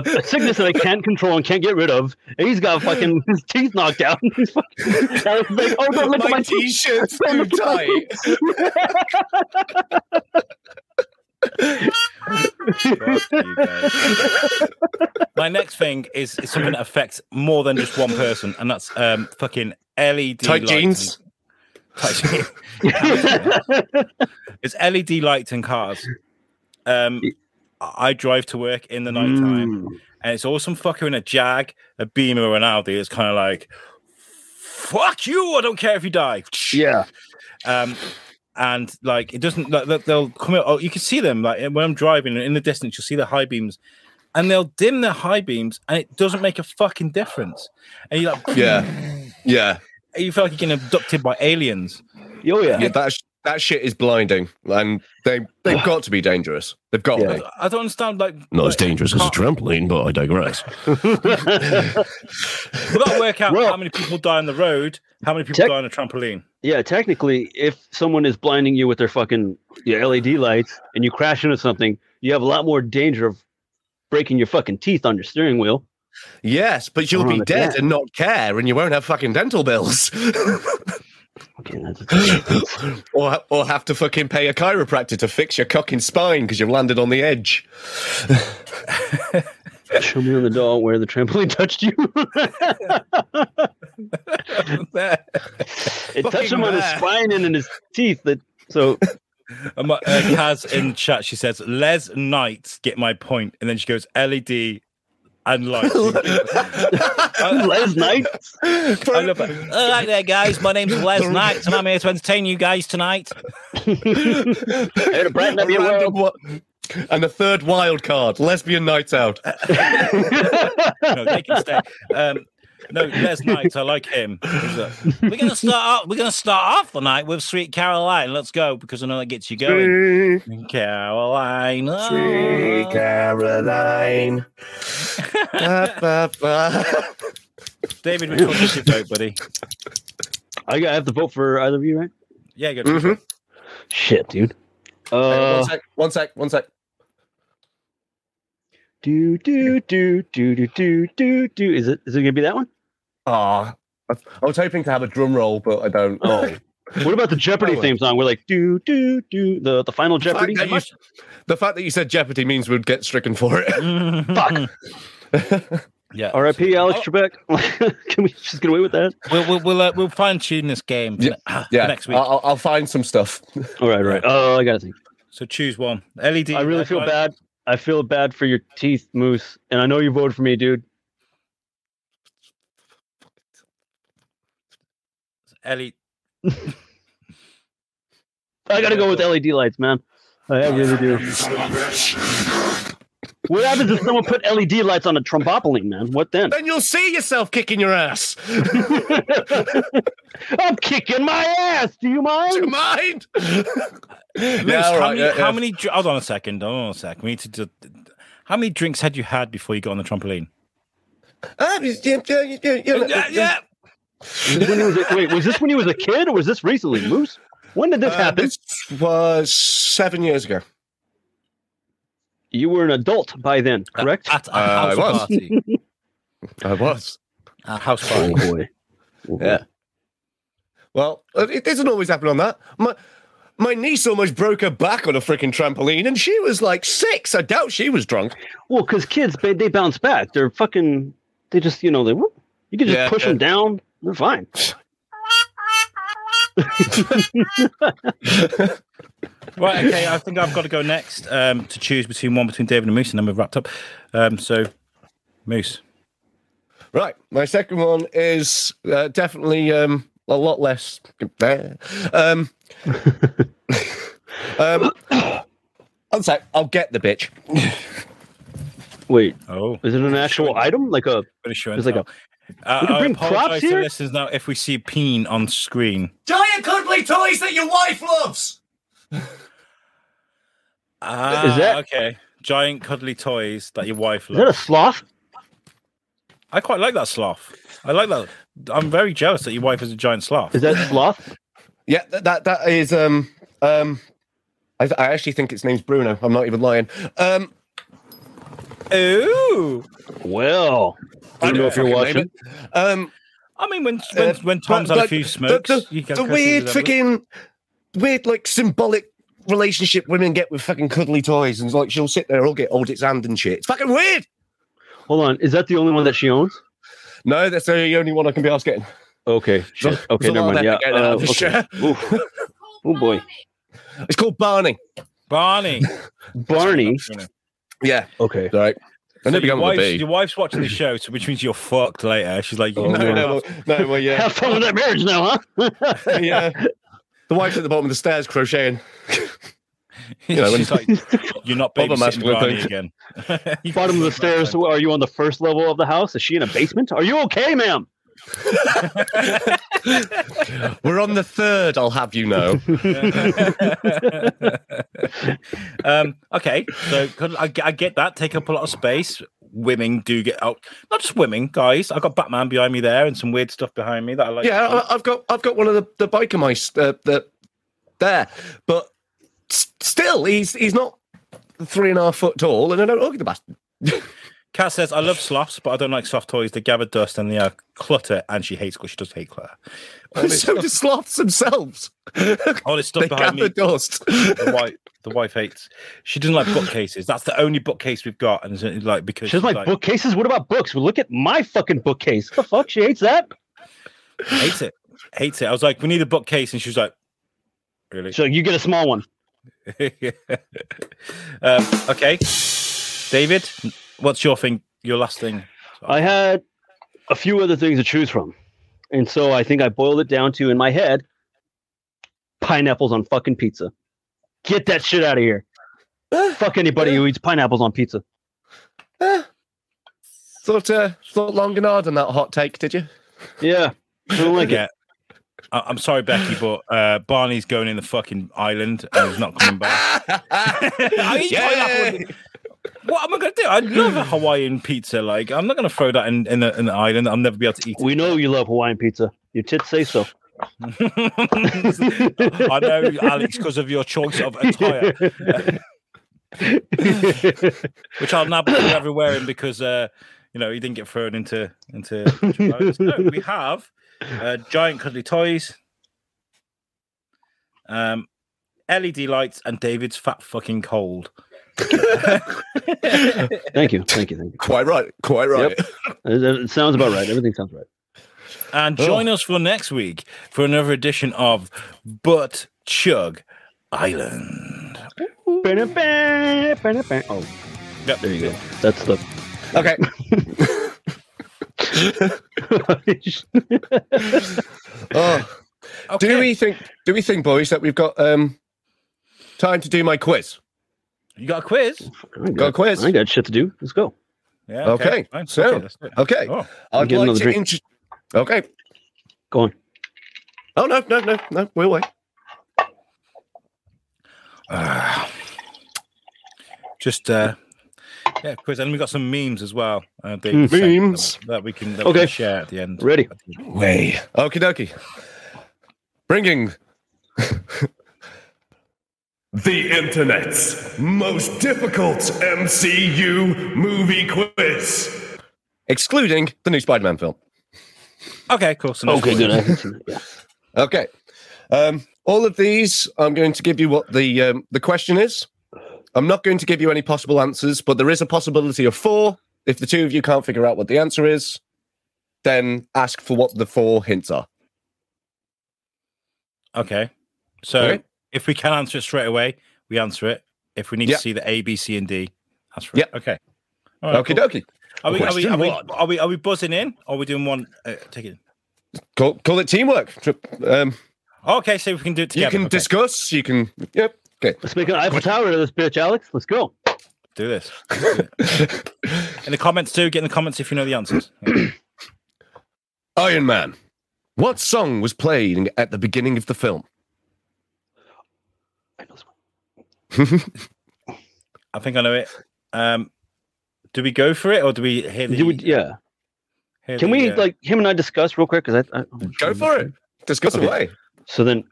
B: a sickness that I can't control and can't get rid of. And he's got fucking his teeth knocked out. He's fucking, I was like, oh, don't look at
A: my
B: my teeth.
A: t-shirt's too tight.
C: Fuck you guys. my next thing is, is something that affects more than just one person, and that's um, fucking LED
A: Tight
C: lighting.
A: jeans.
C: Tight jeans. It's LED lights in cars. Um, I drive to work in the night time,
A: Mm.
C: and it's all some fucker in a Jag, a Beamer, or an Audi. It's kind of like, fuck you! I don't care if you die.
B: Yeah.
C: Um, and like it doesn't. Like, they'll- they'll come out. Oh, you can see them. Like when I'm driving in the distance, you'll see the high beams, and they'll dim their high beams, and it doesn't make a fucking difference. And you're like,
A: Yeah. Yeah.
C: you feel like you're getting abducted by aliens.
B: Oh yeah.
A: yeah that, sh- that shit is blinding. And they, they've got to be dangerous. They've got to
B: Yeah.
A: be.
C: I don't understand. Like,
D: Not as
C: like,
D: dangerous as a
C: car-
D: trampoline, but I digress.
C: We've got to work out
B: Well-
C: how many people die on the road, how many people
B: Check-
C: die on a trampoline.
B: Yeah, technically, if someone is blinding you with their fucking your LED lights and you crash into something, you have a lot more danger of breaking your fucking teeth on your steering wheel.
A: Yes, but you'll
B: Wrong
A: be
B: with
A: dead
B: that.
A: and not care, and you won't have fucking dental bills,
B: Okay, that's
A: or or have to fucking pay a chiropractor to fix your cock and spine because you've landed on the edge.
B: show me on the doll where the trampoline touched you. it touched him on his
A: there.
B: spine and in his teeth. That so
C: Um, uh, Kaz in chat, she says, Les Knights get my point. And then she goes, LED and lights.
B: last night.
C: I love it. Hello there, guys. My name's Les Knight, and I'm here to entertain you guys tonight.
B: Hey, to brighten up your
A: Random
B: world.
A: wa- and a third wild card, lesbian night out.
C: No, they can stay. Um, no, Les Knight. I like him. He's a- We're gonna start. Off, we're gonna start off the night with Sweet Caroline. Let's go because I know that gets you going. Caroline. oh.
A: Caroline.
C: David, which one did you vote, buddy?
B: I gotta have to vote for either of you, right?
C: Yeah, good.
A: Mhm.
B: Shit, dude. Uh,
A: one sec, one sec, one sec.
B: do do do do do do do do. Is it is it gonna be that one?
A: Ah, I I was hoping to have a drum roll, but I don't.
B: Oh. What about the Jeopardy
A: That one.
B: theme song? We're like do do do the the final
A: The fact
B: Jeopardy.
A: that you- the fact that you said Jeopardy means we'd get stricken for it.
C: Fuck. yeah.
B: R.I.P. Alex
A: Oh.
B: Trebek. Can we just get away with that?
C: We'll we'll we'll, uh, we'll fine tune this game for
A: Yeah,
C: ne-
A: Yeah, Uh,
C: for next week.
A: I'll, I'll find some stuff.
B: All right, all right. Oh, I gotta think.
C: so choose one. E LED.
B: I really
C: red
B: feel
C: light.
B: bad. I feel bad for your teeth, Moose, and I know you voted for me, dude.
C: LED.
B: I gotta go with LED lights, man. I really do. What happens if someone put LED lights on a trombopoline, man? What then?
A: Then you'll see yourself kicking your ass.
B: I'm kicking my ass. Do you
A: Do you mind?
B: mind?
C: Moose,
A: yeah, all
C: how,
A: right,
C: many,
A: yeah,
C: how
A: yeah.
C: many? dr- Hold on a second. Hold on a sec. We need to. Do, how many drinks had you had before you got on the trampoline?
A: Ah, yeah, yeah, yeah, yeah, yeah, Uh, yeah.
B: Was this when he was a- wait, was this when he was a kid or was this recently, Moose? When did this
A: Uh,
B: happen?
A: this was seven years ago.
B: You were an adult by then, correct?
C: At a
A: Uh, I
C: house
A: was.
C: party.
A: I was.
C: a house party.
B: Oh, boy.
A: Yeah. Well, it doesn't always happen on that. My my niece almost broke her back on a freaking trampoline, and she was like six. I doubt she was drunk.
B: Well, because kids, they, they bounce back. They're fucking. They just, you know, they. whoop. You can just
A: Yeah,
B: push
A: yeah.
B: them down. They're fine.
C: Right. Okay. I think I've got to go next um, to choose between one between David and Moose, and then we're wrapped up. Um, so, Moose.
A: Right. My second one is uh, definitely um, a lot less. Um, um, one sec, I'll get the bitch.
B: Wait,
C: Oh,
B: is it an actual item? Like a?
C: pretty sure.
B: It's like a.
C: Uh,
B: We can
C: I
B: bring props
C: apologize to
B: here?
C: listeners now if we see peen on screen.
A: Giant cuddly toys that your wife loves.
C: Ah,
B: that-
C: okay? Giant Ah, cuddly toys that your wife
B: Uh, Is that a
C: loves.
B: sloth?
C: I quite like that sloth. I like that. I'm very jealous that your wife is a giant sloth.
B: Is that sloth?
A: Yeah, that that, that is um um. I, I actually think its name's Bruno. I'm not even lying. Um,
C: Ooh.
B: Well, I don't know if
A: fucking
B: you're
A: name
B: watching.
A: it. Um,
C: I mean, when when,
A: Uh,
C: when Tom's
A: but,
C: had a
A: like,
C: few
A: the-
C: smokes,
A: the,
C: you
A: the,
C: can
A: the
C: cuss
A: weird
C: his little-
A: freaking weird like symbolic relationship women get with fucking cuddly toys, and like she'll sit there, I'll get hold its hand and shit. It's fucking weird.
B: Hold on. Is that the only one that she owns?
A: No, that's the only one I can be asked getting.
B: Okay. Shit.
A: There's
B: Okay,
A: a
B: never
A: lot of
B: mind. Yeah.
A: them to get out
B: uh,
A: of this
B: okay.
A: shit.
B: Oof. Oh boy,
A: It's called Barney.
C: Barney.
B: Barney.
A: Yeah,
B: Okay.
A: right.
C: So
A: And there we
C: your,
A: go with
C: wife's,
A: a B.
C: your wife's watching the show, so which means you're fucked later. She's like,
A: No, no, no, no, well, yeah,
B: Have fun with that marriage now, huh?
A: yeah. The wife's at the bottom of the stairs crocheting.
C: you
A: know, when-
C: she's like, you're not
A: Bubba
C: babysitting
A: masculine
C: Barney
A: things.
C: again.
B: Bottom of the stairs. where- Are you on the first level of the house? Is she in a basement? Are you okay, ma'am?
A: We're on the third, I'll have you know.
C: um, okay, so 'cause I, I get that. Take up a lot of space. Women do get out. Not just women, guys. I've got Batman behind me there and some weird stuff behind me that I like.
A: yeah, I, I've got I've got one of the, the biker mice uh, the, there, but s- still, he's he's not three and a half foot tall, and I don't look at the bastard.
C: Kat says, I love sloths, but I don't like soft toys. They gather dust and they are clutter, and she hates, she does hate clutter.
A: so do sloths themselves.
C: All this stuff
A: they
C: Oh, behind
A: gather
C: me.
A: dust.
C: the wife the wife hates she doesn't like bookcases that's the only bookcase we've got and it's uh, like because
B: She doesn't like, bookcases. What about books? Well, look at my fucking bookcase. The fuck? She hates that.
C: hates it hates it i was like we need a bookcase and she was like really
B: She's like, you get a small one.
C: um, okay david what's your thing your last thing
B: I had a few other things to choose from, and so I think I boiled it down to in my head: pineapples on fucking pizza. Get that shit out of here. Fuck anybody who eats pineapples on pizza.
A: thought uh, thought long and hard on that hot take, did you?
B: Yeah, I don't like it.
C: yeah I- i'm sorry becky but uh, barney's going in the fucking island and he's not coming back I eat pineapple. What am I gonna do? I love a Hawaiian pizza. Like, I'm not gonna throw that in in the, in the island. I'll never be able to eat it.
B: We know you love Hawaiian pizza. Your tits say so.
C: I know, Alex, because of your choice of attire, which I'll now put you everywhere in because uh, you know you didn't get thrown into into. no, we have uh, giant cuddly toys, um, LED lights, and David's fat fucking cold.
B: thank you, thank you, thank you.
A: Quite right. Quite right.
B: It, it sounds about right. Everything sounds right.
C: And
A: Oh.
C: join us for next week for another edition of But Chug Island.
B: Oh,
C: Yep,
B: there you go. That's the.
A: Okay. Oh,
C: Okay.
A: Do we think? Do we think, boys, that we've got um time to do my quiz?
C: You got a quiz?
B: I
A: Got a
B: got,
A: quiz?
B: I got shit to do. Let's go.
C: Yeah.
A: Okay,
C: fine.
A: so-
C: let's do it.
A: Okay.
C: Oh.
A: I'd
B: get
A: like
B: another
A: to
B: drink.
A: intro- Okay.
B: Go on.
A: Oh no, no, no, no. We'll wait.
C: Ah. just uh yeah quiz and we got some memes as well uh, David sent
A: Memes.
C: that we can that we can
B: Okay.
C: share at the end
B: Ready.
A: Way. Okie dokie. Bringing
E: The internet's most difficult MCU movie quiz.
A: excluding the new Spider-Man film.
C: okay cool so
B: Okay, good. I
C: nice.
B: can see that, yeah.
A: Okay. Um, all of these, I'm going to give you what the um, the question is. I'm not going to give you any possible answers, but there is a possibility of four. If the two of you can't figure out what the answer is, then ask for what the four hints are.
C: okay so
A: Okay.
C: if we can answer it straight away we answer it if we need
A: Yeah.
C: to see the a b c and d that's right
A: Yeah.
C: okay All right,
A: Okie
C: cool.
A: dokie.
C: are, we, are, we,
A: Question
C: are, we,
A: one.
C: are we are we buzzing in or are we doing one uh, take it
A: Call, call it teamwork. Um,
C: okay so we can do it
A: you
C: together
A: can
C: okay.
A: discuss. You can. Yep.
B: Let's make an Eiffel Tower out of this bitch, Alex. Let's go.
C: do this in the comments too get in the comments if you know the answers
A: Iron Man. What song was played at the beginning of the film?
B: I know this one.
C: i think i know it um do we go for it or do we hear the uh,
B: You would, yeah.
C: Here
B: Can we
C: they go.
B: like him and I discuss real quick? Because I, I I'm
A: uh, Go
B: trying to-
A: for it. Discuss
B: Okay.
A: away.
B: So then,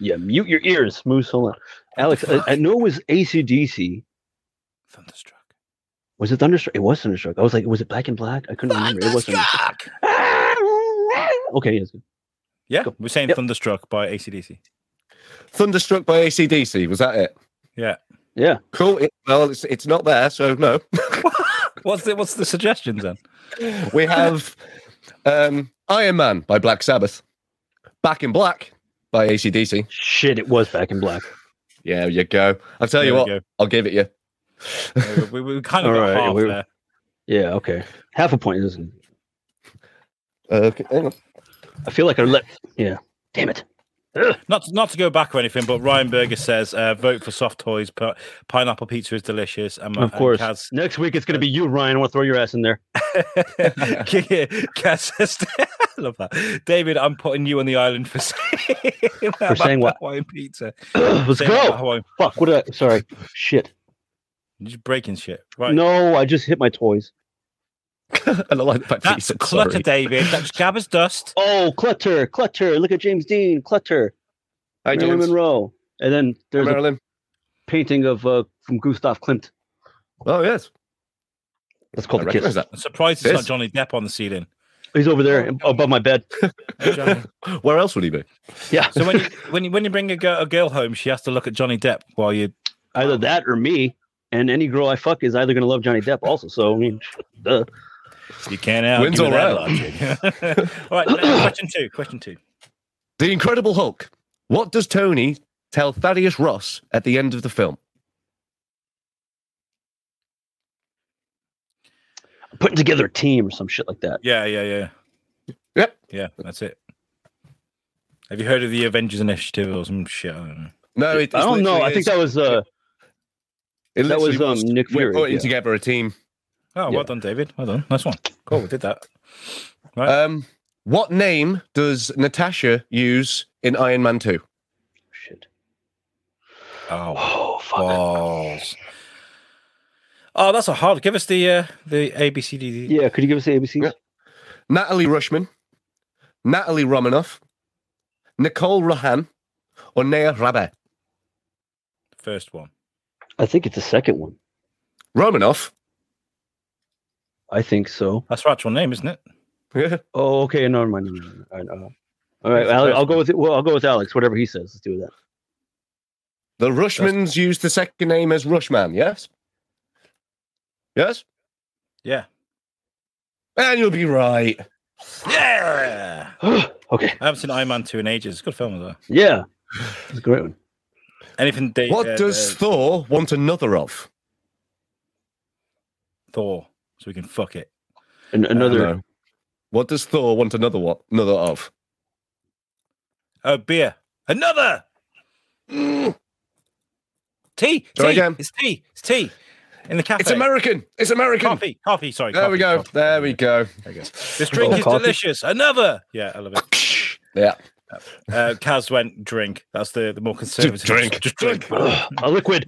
B: yeah, mute your ears, move so loud. Alex, I, I know it was ACDC.
C: Thunderstruck.
B: Was it Thunderstruck? It was Thunderstruck. I was like, was it Black and Black? I couldn't remember. It was Thunderstruck.
C: Thunderstruck.
B: Okay, yes.
C: Yeah, we're saying
B: Yep.
C: Thunderstruck by ACDC.
A: Thunderstruck by ACDC. Was that it?
C: Yeah.
B: Yeah.
A: Cool. It- well, it's, it's not there, so no.
C: What's the what's the suggestions then?
A: We have um, Iron Man by Black Sabbath, Back in Black by ACDC.
B: Shit, it was Black and Black.
A: Yeah, you go. I'll tell
C: There
A: you
C: we
A: what,
C: go.
A: I'll give it you.
C: Uh, We, we, we kind of
B: All
C: got
B: right,
C: half
B: we're-
C: there.
B: Yeah, okay. Half a point isn't.
A: Okay, hang on.
B: I feel like I let. Yeah. Damn it.
C: Not not to go back or anything, but Ryan Berger says uh, vote for soft toys. Pi- pineapple pizza is delicious. And, uh,
B: Of course.
C: And Kaz,
B: Next week it's gonna be you, Ryan. I want to throw your ass in there.
C: Kaz says, I love that. David, I'm putting you on the island for saying, for
B: saying what?
C: Hawaiian pizza.
B: Let's
C: Saying about
B: go.
C: Hawaiian.
B: Fuck. What? Did I, sorry. Shit.
C: You're just breaking shit. Right.
B: No, I just hit my toys.
A: And I like the fact that you
C: That's
A: said
C: clutter,
A: sorry.
C: David. That's Jabba's dust.
B: Oh, clutter, clutter. Look at James Dean, clutter.
A: Hi,
B: Marilyn
A: James.
B: Monroe. And then there's a
A: Marilyn.
B: painting of uh, from Gustav Klimt.
A: Oh, yes.
B: That's
A: I
B: called the
A: recognize
B: kiss.
A: that.
C: I'm surprised it's not
A: This?
C: Johnny Depp on the ceiling.
B: He's over there above my bed.
C: Johnny.
A: Where else would he be?
B: Yeah,
C: so when you, when you when you bring a girl, a girl home, she has to look at Johnny Depp while you.
B: either that or me. And any girl I fuck is either going to love Johnny Depp also. So I mean, duh.
C: You can't out.
A: Wins
C: give me
A: all
C: that logic. all right. next Question two. Question two.
A: The Incredible Hulk. What does Tony tell Thaddeus Ross at the end of the film?
B: putting together a team or some shit like that.
C: Yeah, yeah, yeah.
A: Yep.
C: Yeah, that's it. Have you heard of the Avengers Initiative or some shit? I don't know.
A: No, it,
B: I don't know. I think that was uh,
A: it
B: that was
A: literally
B: um, Nick
A: We're
B: Fury.
A: putting
B: yeah.
A: together a team.
C: Oh,
B: Yeah.
C: well done, David. Well done. Nice one. Cool. We did that.
A: Um, what name does Natasha use in Iron Man 2?
B: Shit.
C: Oh,
B: Oh fuck.
C: balls. Oh, that's a hard. Give us the uh, the ABCD.
B: Yeah, could you give us the ABC?
A: Yeah. Natalie Rushman, Natalie Romanoff, Nicole Rohan, or Nea Rabe?
C: First one.
B: I think it's the second one.
A: Romanoff?
B: I think so.
C: That's her actual name, isn't it?
A: Yeah.
B: Oh, okay. Never mind. Never mind. All right, uh, all right Alex, I'll go with it. Well, I'll go with Alex. Whatever he says, let's do that.
A: The Rushmans used the second name as Rushman, yes? Yes?
C: Yeah.
A: And you'll be right.
C: Yeah.
B: okay.
C: I haven't seen Iron Man 2 in ages. It's a good film, though.
B: Yeah. It's a great one.
C: Anything Dave,
A: What
C: uh,
A: does
C: uh,
A: Thor want another of?
C: Thor? So we can fuck it.
B: An- another.
A: No. What does Thor want another what another of?
C: Oh, beer. Another. Mm. Tea. Tea.
A: Try again.
C: It's tea. It's tea. In the cafe.
A: It's American. It's American.
C: Coffee. Coffee. Sorry.
A: There we go.
C: coffee, coffee.
A: There we go.
C: There we go. This drink is
B: Coffee.
C: delicious. Another. Yeah, I love it.
A: Yeah.
C: Uh, Kaz went drink. That's the, the more conservative.
A: drink.
C: Just drink.
B: Ugh, a liquid.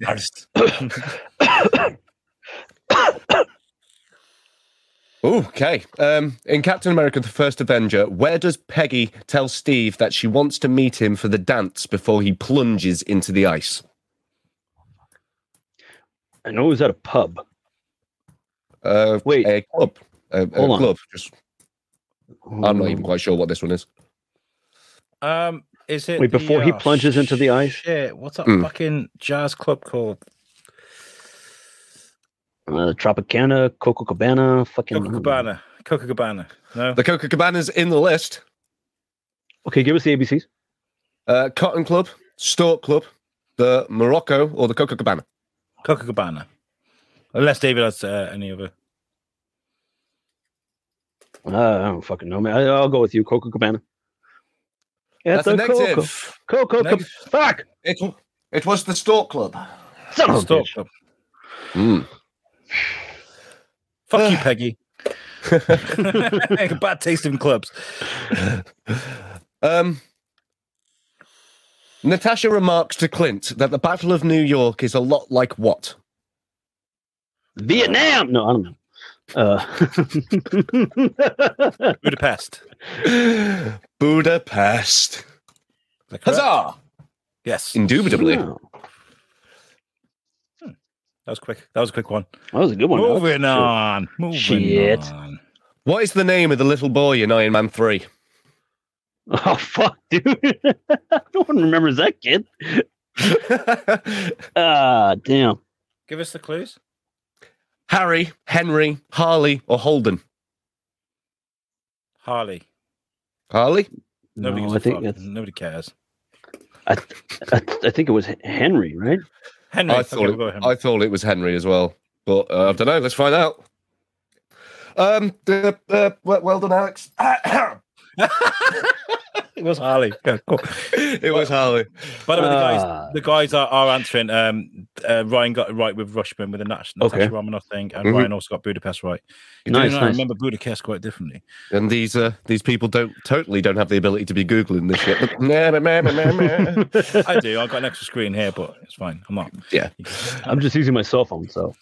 A: Ooh, okay. Um, in Captain America: The First Avenger, where does Peggy tell Steve that she wants to meet him for the dance before he plunges into the ice?
B: I know it was at a pub.
A: Uh,
B: Wait.
A: a club. A, a
B: Hold on.
A: club. Just, I'm not even quite sure what this one is.
C: Um, is it
B: Wait,
C: the, uh,
B: before he plunges into the ice?
C: Shit, what's that
A: Mm.
C: fucking jazz club called?
B: Uh, Tropicana, Coco Cabana, fucking.
C: Coca Cabana. Coca Cabana. No.
A: The Coca Cabana's in the list.
B: Okay, give us the ABCs.
A: Uh, Cotton Club, Stork Club, the Morocco, or the Coca Cabana.
C: Coca Cabana. Unless David has uh, any other.
B: Uh, I don't fucking know, man. I, I'll go with you, Coco Cabana.
A: That's a negative.
B: Coco, Coco, Cab-
C: Negative.
B: fuck!
A: It, it was the Stork Club.
B: Son of a
C: Stop.
B: Oh, bitch.
C: Fuck you, Peggy. Bad taste in clubs.
A: Um, Natasha remarks to Clint that the Battle of New York is a lot like what?
B: Vietnam. No, I don't know. Uh,
C: Budapest.
A: Budapest.
C: Is that correct?
A: Huzzah! Hmm.
C: Yes, that
A: Indubitably.
B: Wow.
C: was quick. That was a quick one.
B: That was a good one. though.
C: Moving
B: Shit.
C: on. Moving
B: Shit.
C: on.
A: What is the name of the little boy in Iron Man 3?
B: Oh fuck, dude! no one remembers that kid. Ah, damn.
C: Give us the clues.
A: Harry, Henry, Harley, or Holden?
C: Harley.
A: Harley?
C: Nobody,
B: no,
C: gives
B: I
C: a
B: think
C: fuck.
B: that's,
C: Nobody cares.
B: I, I, I think it was Henry, right?
C: Henry.
A: I
C: okay,
A: thought it-
C: we'll go with Henry.
A: I thought it was Henry as well, but uh, I don't know. Let's find out. Um, uh, uh, well, well done, Alex.
C: it was Harley. Yeah, cool.
A: it was Harley.
C: By the way, the guys,
B: Ah.
C: the guys are, are answering. Um, uh, Ryan got it right with Rushman with a Nat- Natasha
B: Okay. Mm-hmm.
C: Romanoff thing, and
A: Mhm.
C: Ryan also got Budapest right. You
B: Nice,
C: do know, I
B: nice.
C: remember Budapest quite differently.
A: And these uh, these people don't totally don't have the ability to be googling this shit. Nah, nah, nah, nah, nah, nah.
C: I do. I've got an extra screen here, but it's fine. I'm not.
A: Yeah.
B: I'm just using my cell phone, so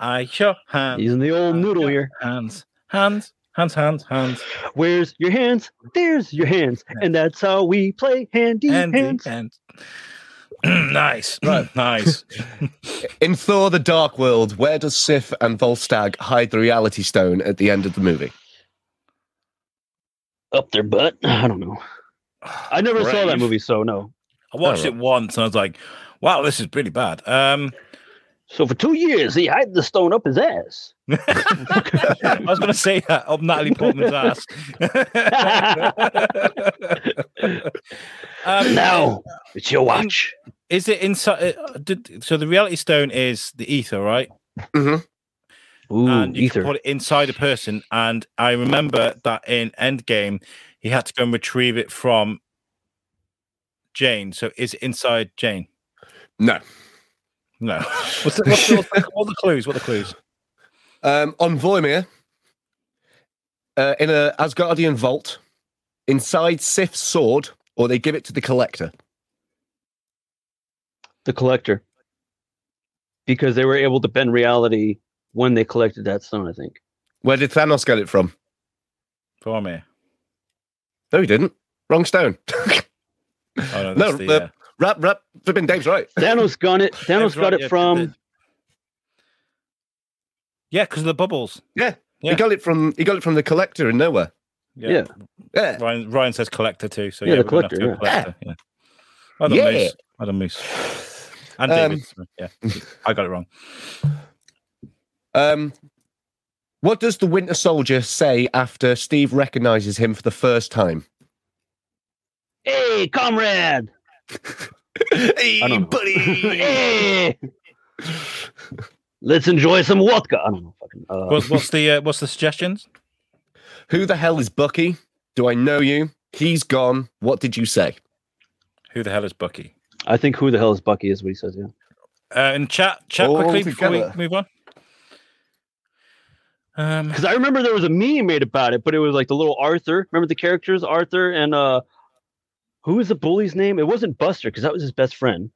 C: I sure hands,
B: using the old noodle here.
C: hands, hands, hands, hands, hands,
B: Where's your hands? There's your hands, and that's how we play handy
C: and
B: hands.
C: and. nice, right, nice.
A: In Thor: The Dark World, where does Sif and Volstagg hide the Reality Stone at the end of the movie?
B: Up their butt. I don't know. I never saw that
A: Brave.
B: movie, so no.
C: I watched it once and I was like, "Wow, this is pretty bad." Um,
B: So for two years, he hid the stone up his ass.
C: I was going to say that up Natalie Portman's ass. um,
B: Now it's your watch.
C: is it inside? uh, Did, so the reality stone is the ether, right?
B: Ooh,
C: and you
B: ether.
C: can put it inside a person. And I remember that in Endgame, he had to go and retrieve it from Jane. So is it inside Jane?
A: No.
C: No. What's the, what's the, what are the clues? What are the clues?
A: Um, on Vormir, uh, in a Asgardian vault, inside Sif's sword, or they give it to the Collector.
B: the collector because they were able to bend reality when they collected that stone i think
A: Where did Thanos get it from?
C: For me.
A: No, he didn't. Wrong stone.
C: Oh,
A: No,
C: no, that's the,
A: the-
C: uh,
A: rap, rap. Flipping Dave's right.
B: thanos got it thanos
C: Dave's
B: got
C: right,
B: it
C: yeah,
B: from
C: the- Yeah, because of the bubbles. Yeah.
A: He got it from he got it from the collector in nowhere.
B: Yeah.
A: Yeah.
C: Ryan, Ryan says collector too. So
B: Yeah,
C: yeah,
B: the
C: we're gonna have to
B: collector,
C: go collector. Yeah. Well done,
A: Yeah.
C: Moose. Well done, Moose. And
A: Um,
C: David. sorry, Yeah, I got it wrong.
A: Um, what does the Winter Soldier say after Steve recognizes him for the first time?
B: hey comrade
A: hey,
B: I don't know.
A: buddy.
B: hey let's enjoy some vodka i don't know fucking uh,
C: What's, what's the uh, what's the suggestions?
A: Who the hell is Bucky? Do I know you? He's gone. What did you say?
C: Who the hell is Bucky?
B: i think who the hell is bucky is what he says yeah
C: Uh, in chat, chat
A: All
C: quickly before we
A: together.
C: move on. Um,
B: because i remember there was a meme made about it but it was like the little arthur remember the characters arthur and uh who was the bully's name it wasn't buster because that was his best friend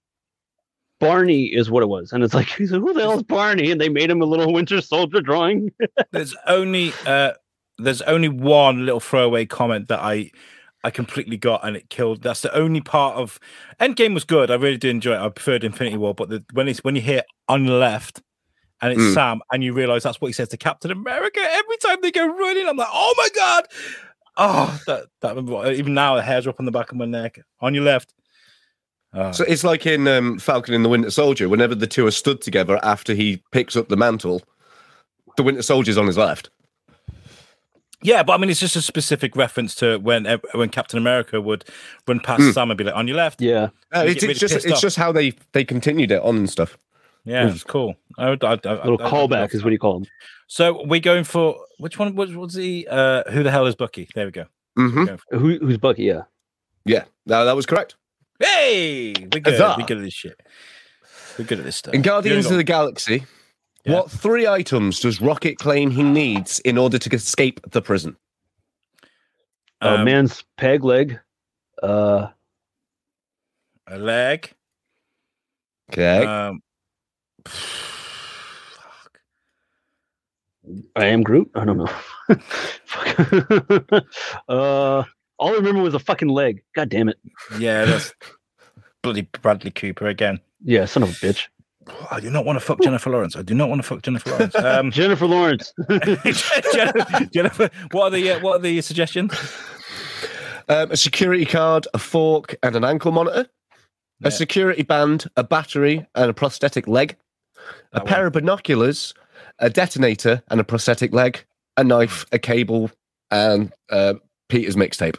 B: Barney is what it was, and it's like, he said, "Who the hell is Barney?" And they made him a little Winter Soldier drawing.
C: there's only uh, there's only one little throwaway comment that I I completely got and it killed. That's the only part of Endgame was good. I really did enjoy it. I preferred Infinity War, but the, when it's when you hear on the left and it's
A: Mm.
C: Sam and you realize that's what he says to Captain America every time they go running, I'm like, oh my god. Oh, that, that even now the hairs are up on the back of my neck. On your left. Ah.
A: So it's like in um, Falcon and the Winter Soldier. Whenever the two are stood together after he picks up the mantle, the Winter Soldier's on his left.
C: Yeah, but I mean, it's just a specific reference to when ev- when Captain America would run past
A: Mm.
C: Sam and be like, "On your left."
B: Yeah.
A: Uh,
C: You
A: it's, it's
C: get Oh, really
A: just
C: pissed
A: it's
C: off.
A: just how they they continued it on and stuff.
C: Yeah, it's cool. I would, I'd, I,
B: Little
C: I- I-
B: callback is what you call them.
C: So we're going for which one? Which was the uh, who the hell is Bucky? There we go.
A: hmm
B: Who, who's Bucky? Yeah.
A: Yeah, no, that was correct.
C: Hey, we're good.
A: Huzzah.
C: We're good at this shit. We're good at this stuff.
A: In Guardians
C: You
A: of
C: only
A: the Galaxy,
C: Yeah.
A: what three items does Rocket claim he needs in order to escape the prison?
C: got,
B: a
C: um,
B: Uh, man's peg leg. Uh,
C: Um, a leg.
A: Okay.
C: Um, fuck.
B: I am Groot. Oh, I don't know. Fuck. uh, all I remember was a fucking leg. God damn it.
C: Yeah, that's bloody Bradley Cooper again.
B: Yeah, son of a bitch.
C: I do not want to fuck Jennifer Lawrence. I do not want to fuck Jennifer Lawrence. Um,
B: Jennifer Lawrence.
C: Jennifer, Jennifer, what are the uh, what are the suggestions?
A: Um, a security card, a fork, and an ankle monitor.
C: Yeah.
A: A security band, a battery, and a prosthetic leg. A
C: That
A: pair of binoculars, a detonator, and a prosthetic leg. A knife, a cable, and uh, Peter's mixtape.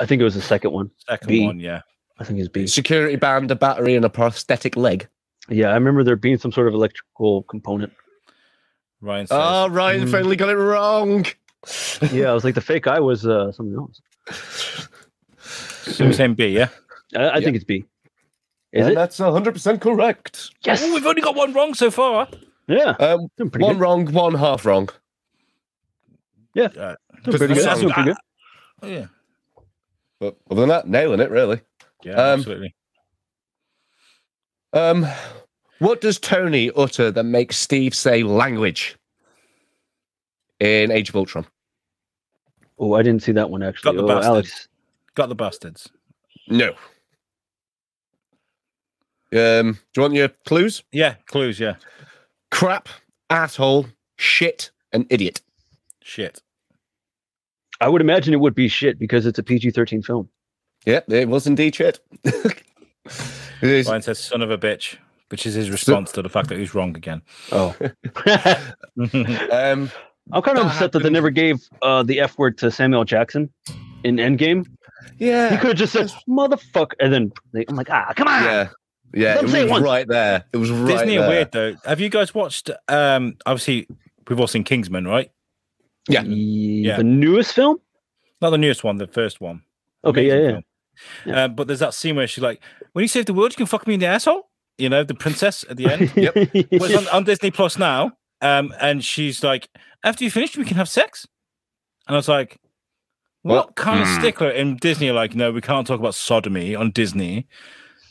B: I think it was the second one.
C: Second
B: B.
C: one, yeah.
B: I think it's B.
A: Security band, a battery, and a prosthetic leg.
B: Yeah, I remember there being some sort of electrical component.
C: Ryan says,
A: Oh, Ryan
B: Hmm.
A: finally got it wrong.
B: Yeah, I was like the fake eye was uh, something else.
C: so we're saying B, yeah.
B: I, I think it's B. Is
A: and
B: it?
A: that's 100% correct.
B: Yes.
C: Oh, we've only got one wrong so far.
B: yeah.
A: Um,
B: Doing pretty
A: one
B: good.
A: wrong, one half wrong.
B: Doing pretty
A: That's-
B: good. Doing pretty good.
C: Oh, Yeah,
A: But other than that, nailing it, really.
C: yeah,
A: Um,
C: absolutely.
A: Um, what does Tony utter that makes Steve say language in Age of Ultron?
B: Oh, I didn't see that one actually.
C: the
B: Oh,
C: bastard.
B: Alex.
C: Got the bastards.
A: No. Um, do you want your clues?
C: Yeah, clues. Yeah,
A: Crap, asshole, shit, and idiot.
C: shit.
B: I would imagine it would be shit because it's a PG thirteen film.
A: Yep, it was indeed shit. It is-
C: Ryan says, "Son of a bitch," which is his response to the fact that he's wrong again.
B: Oh.
A: um,
B: I'm kind
A: That
B: of upset that they
A: happened.
B: never gave uh, the F word to Samuel Jackson in Endgame. He
A: yeah,
B: could have just said motherfucker, and then they, I'm like, ah, come on.
A: yeah, yeah.
B: Don't
A: It was
B: say it once.
A: right there. It was right
C: Disney
A: there.
C: are weird though. Have you guys watched? Um, obviously, we've all seen Kingsman, right?
A: Yeah.
B: Ye-
C: Yeah.
B: The newest film?
C: Not the newest one, the first one.
B: Okay, yeah,
C: Amazing
B: yeah.
C: film. Um, but there's that scene where she's like, "When you save the world, you can fuck me in the asshole." You know, the princess at the end. well, it's on, on Disney Plus now, um, and she's like, "After you finish, we can have sex." And I was like, "What
A: Well,
C: kind of
D: hmm.
C: stickler in Disney? are Like, no, we can't talk about sodomy on Disney."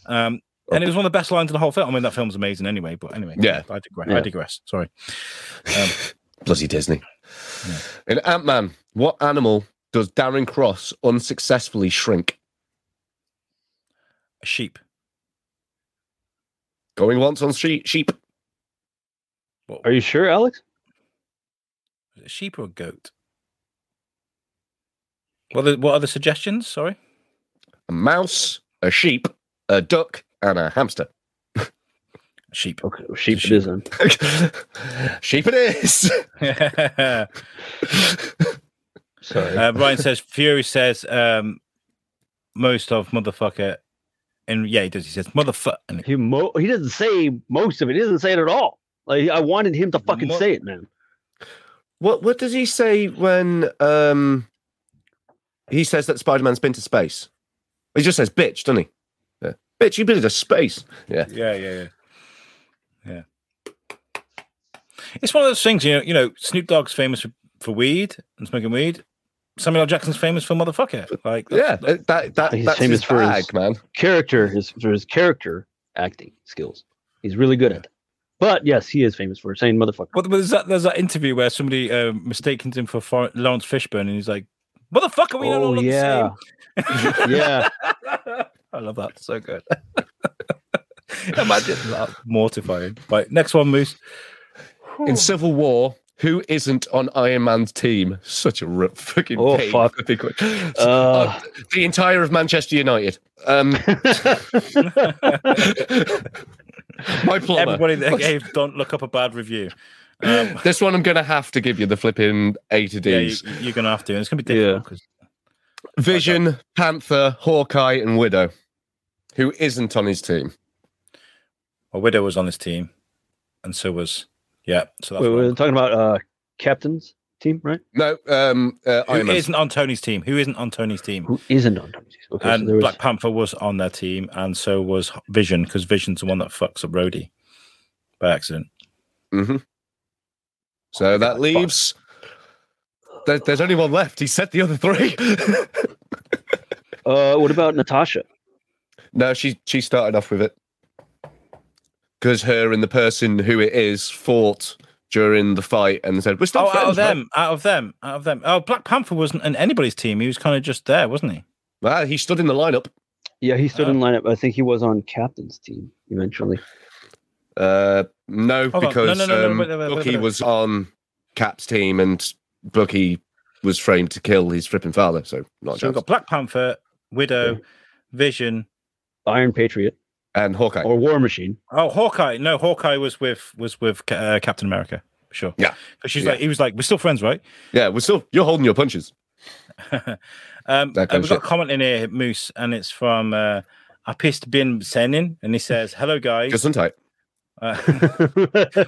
C: Um, and it was one of the best lines of the whole film. I mean, that film's amazing anyway. But anyway,
A: Yeah.
C: I digress.
B: Yeah.
C: I digress. Sorry.
A: Bloody Disney.
C: Yeah.
A: In Ant Man, what animal does Darren Cross unsuccessfully shrink?
C: A sheep.
A: Going once on sheep. sheep.
C: What,
B: Are you sure, Alex?
C: was it a sheep or a goat? What are, what are the suggestions? Sorry.
A: A mouse, a sheep, a duck, and a hamster.
C: Sheep.
B: Okay, well, sheep
C: Sheep.
B: it is then.
A: sheep it is.
C: uh,
B: Sorry.
C: Ryan Uh, says Fury says um, most of motherfucker, and yeah, he does. He says motherfucker.
B: he mo- he doesn't say most of it. He doesn't say it at all. Like I wanted him to fucking
C: Mo-
B: say it, man.
A: what what does he say when um he says that Spider Man's been to space? He just says bitch, doesn't he? Yeah. Bitch, you've been to space.
C: Yeah, yeah, yeah, yeah. It's one of those things, you know. You know, Snoop Dogg's famous for, for weed and smoking weed. Samuel L. Jackson's famous for motherfucker. Like, that's-
A: Yeah, that that, that
B: He's
A: that's
B: famous
A: his
B: for his-
A: bag, man.
B: Character his for his character acting skills. He's really good at it. But yes, he is famous for saying motherfucker.
C: But there's that there's that interview where somebody uh, mistakes him for Flor- Lawrence Fishburne, and he's like, "Motherfucker, we
B: oh
C: all look
B: yeah. yeah.
C: the same." I love that. So good. Imagine that. Mortifying. Right, next one, Moose.
A: In Civil War, who isn't on Iron Man's team? Such a r- fucking
B: Oh,
A: pain.
B: fuck.
A: That'd be quick.
B: Uh,
A: the entire of Manchester United. Um, my plumber.
C: Everybody that gave don't look up a bad review. Um,
A: This one I'm going to have to give you the flipping A to
C: yeah,
A: D's.
C: you, you're gonna have to. And it's gonna be
B: Yeah.
C: difficult 'cause-
A: Vision, Panther, Hawkeye, and Widow. Who isn't on his team?
C: Well, Widow was on this team, and so was yeah. So that's
B: wait, we're
C: wrong.
B: talking about uh captain's team, right?
A: No, um, uh, Iron
C: who
A: Man.
C: Oh, isn't on Tony's team? Who isn't on Tony's team?
B: Who isn't on WCW? Okay, so
C: And
B: there was
C: Black Panther was on their team, and so was Vision, because Vision's the one that fucks up Rhodey by accident. Oh,
A: hmm So that leaves. There, there's only one left. He said the other three.
B: uh what about Natasha?
A: No, she she started off with it because her and the person who it is fought during the fight and said, "We're still
C: oh,
A: friends."
C: out of
A: mate."
C: them, out of them, out of them. Oh, Black Panther wasn't in anybody's team. He was kind of just there, wasn't he?
A: Well, he stood in the lineup.
B: Yeah, he stood
C: Uh,
B: in lineup. I think he was on captain's team eventually.
A: Uh, no,
C: Hold on. No,
A: because
C: no, no, no,
A: um,
C: wait, wait, wait,
A: Bucky
C: wait.
A: was on Cap's team and Bucky was framed to kill his flipping father. So not a
C: So we've
A: chance.
C: got Black Panther, Widow, Vision.
B: Iron Patriot
A: And Hawkeye.
B: or War Machine.
C: Oh, Hawkeye. No, Hawkeye was with was with Ca- uh, Captain America. for Sure.
A: Yeah.
C: 'Cause she's
A: Yeah.
C: like, he was like, we're still friends, right?
A: Yeah, we're still. You're holding your punches.
C: um,
A: That
C: uh,
A: kind of
C: we've got
A: shit.
C: a comment in here, Moose, and it's from uh, Apist Bin Senin, and he says, "Hello guys,
A: Just untight.
C: uh,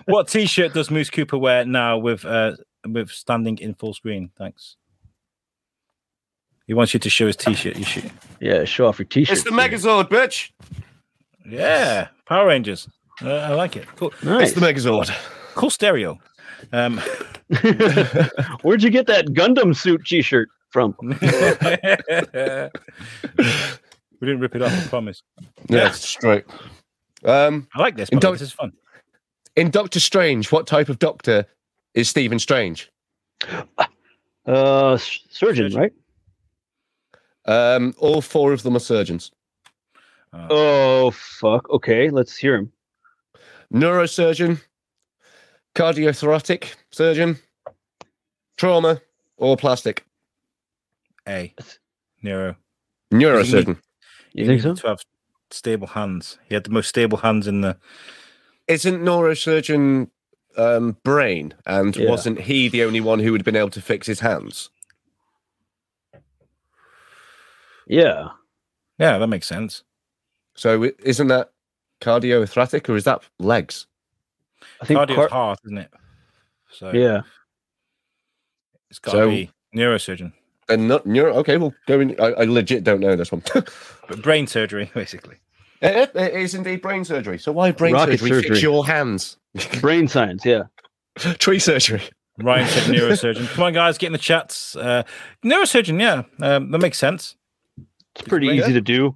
C: what T-shirt does Moose Cooper wear now with uh, with standing in full screen? Thanks. He wants you to show his T-shirt. You should.
B: yeah, show off your t-shirt.
A: It's the Megazord, bitch.
C: Yeah, Power Rangers. Uh, I like it. Cool,
A: It's the Megazord.
C: cool stereo. Um,
B: Where'd you get that Gundam suit t-shirt from?
C: we didn't rip it off, I promise.
A: Yeah,
C: Yeah.
A: it's straight. Um,
C: I like this. By the way,
A: Don't-
C: this is fun.
A: in Doctor Strange, what type of doctor is Stephen Strange?
B: Uh, s- surgeon,
C: Surgeon.
B: right?
A: Um, all four of them are surgeons.
C: Oh,
B: Oh fuck. Okay, let's hear him.
A: Neurosurgeon, cardiothoracic surgeon, trauma, or plastic.
C: A. Nero.
A: Neurosurgeon.
B: You think so?
C: To have stable hands. He had the most stable hands in the.
A: Isn't neurosurgeon um, brain? And
B: Yeah.
A: wasn't he the only one who would have been able to fix his hands?
B: Yeah.
C: Yeah, that makes sense.
A: So i- isn't that cardiothoracic or is that legs?
B: I think
C: Cardio's
B: car-
C: heart, isn't it? So
B: Yeah.
C: it's got to
A: So-
C: be neurosurgeon,
A: And not neuro. Okay, well, go in. I, I legit don't know this one.
C: but brain surgery basically.
A: It, it is indeed brain surgery. So why brain
B: Rocket
A: surgery? Fix
B: surgery.
A: your hands.
B: Brain science, yeah.
A: Tree surgery.
C: Ryan said neurosurgeon. Come on, guys, get in the chats. Uh, neurosurgeon, yeah, um, that makes sense.
B: It's pretty
A: brain-
B: easy to do.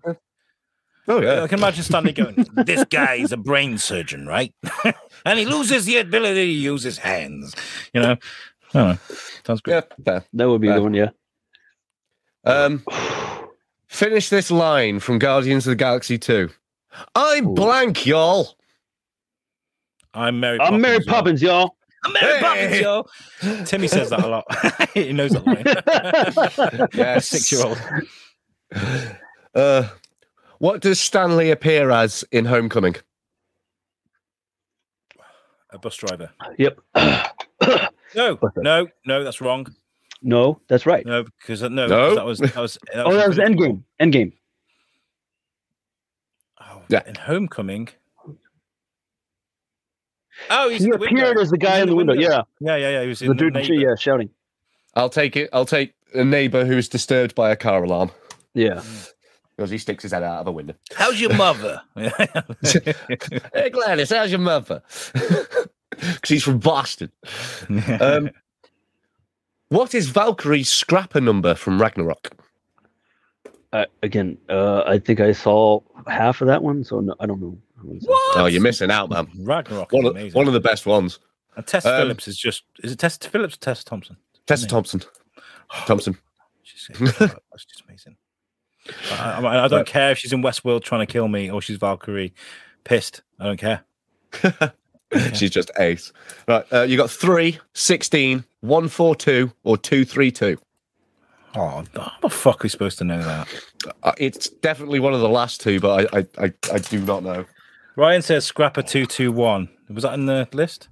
A: Oh
C: I can imagine Stanley going, This guy is a brain surgeon, right? and he loses the ability to use his hands. You know? I don't know. Sounds great.
A: yeah. Fair.
B: That would be
A: Uh,
B: the one, yeah.
A: Um, finish this line from Guardians of the Galaxy Two. I'm
B: Ooh.
A: blank, y'all.
C: I'm Mary Poppins.
B: I'm Mary
C: y'all.
B: Poppins, y'all.
C: I'm Mary Poppins,
A: Hey!
C: yo. Timmy says that a lot. he knows that line.
A: Yeah,
C: a six year old.
A: Uh, what does Stanley appear as in Homecoming?
C: A bus driver.
B: yep.
C: No,
B: What's that?
C: no, no, that's wrong.
B: no, that's right.
C: No, because no,
A: No?
C: because that was that was that
B: Oh, that was Endgame. Endgame.
C: Oh,
A: Yeah.
C: in Homecoming. Oh, he's
B: He
C: in the
B: appeared
C: window.
B: as the guy
C: He's
B: in the window. Yeah,
C: Yeah, yeah, yeah. He was in
B: the dude, in the
C: neighbor.
B: tree, yeah, shouting.
A: I'll take it. I'll take a neighbor who's disturbed by a car alarm
B: Yeah.
A: because he sticks his head out of a window.
C: How's your mother?
A: Hey, Gladys, how's your mother? Because he's from Boston. Um, what is Valkyrie's scrapper number from Ragnarok?
B: Uh, again, uh, I think I saw half of that one, so no, I don't know.
C: what?
A: Oh, you're missing out, man.
C: Ragnarok.
A: One
C: Is
A: of,
C: amazing.
A: one of the best ones.
C: and Tess
A: um,
C: Phillips is just. Is it Tess Phillips or Tess Thompson?
A: Tessa
C: Yeah.
A: Thompson. Thompson.
C: She's, that's just amazing. I, I, I don't care if she's in Westworld trying to kill me or she's Valkyrie. Pissed. I don't care.
A: She's just ace. Right. Uh, you got 3, 16, 142, or 232.
C: Oh, how the fuck are we supposed to know that?
A: Uh, it's definitely one of the last two, but I, I, I, I do not know.
C: Ryan says Scrapper two two one. Was that in the list?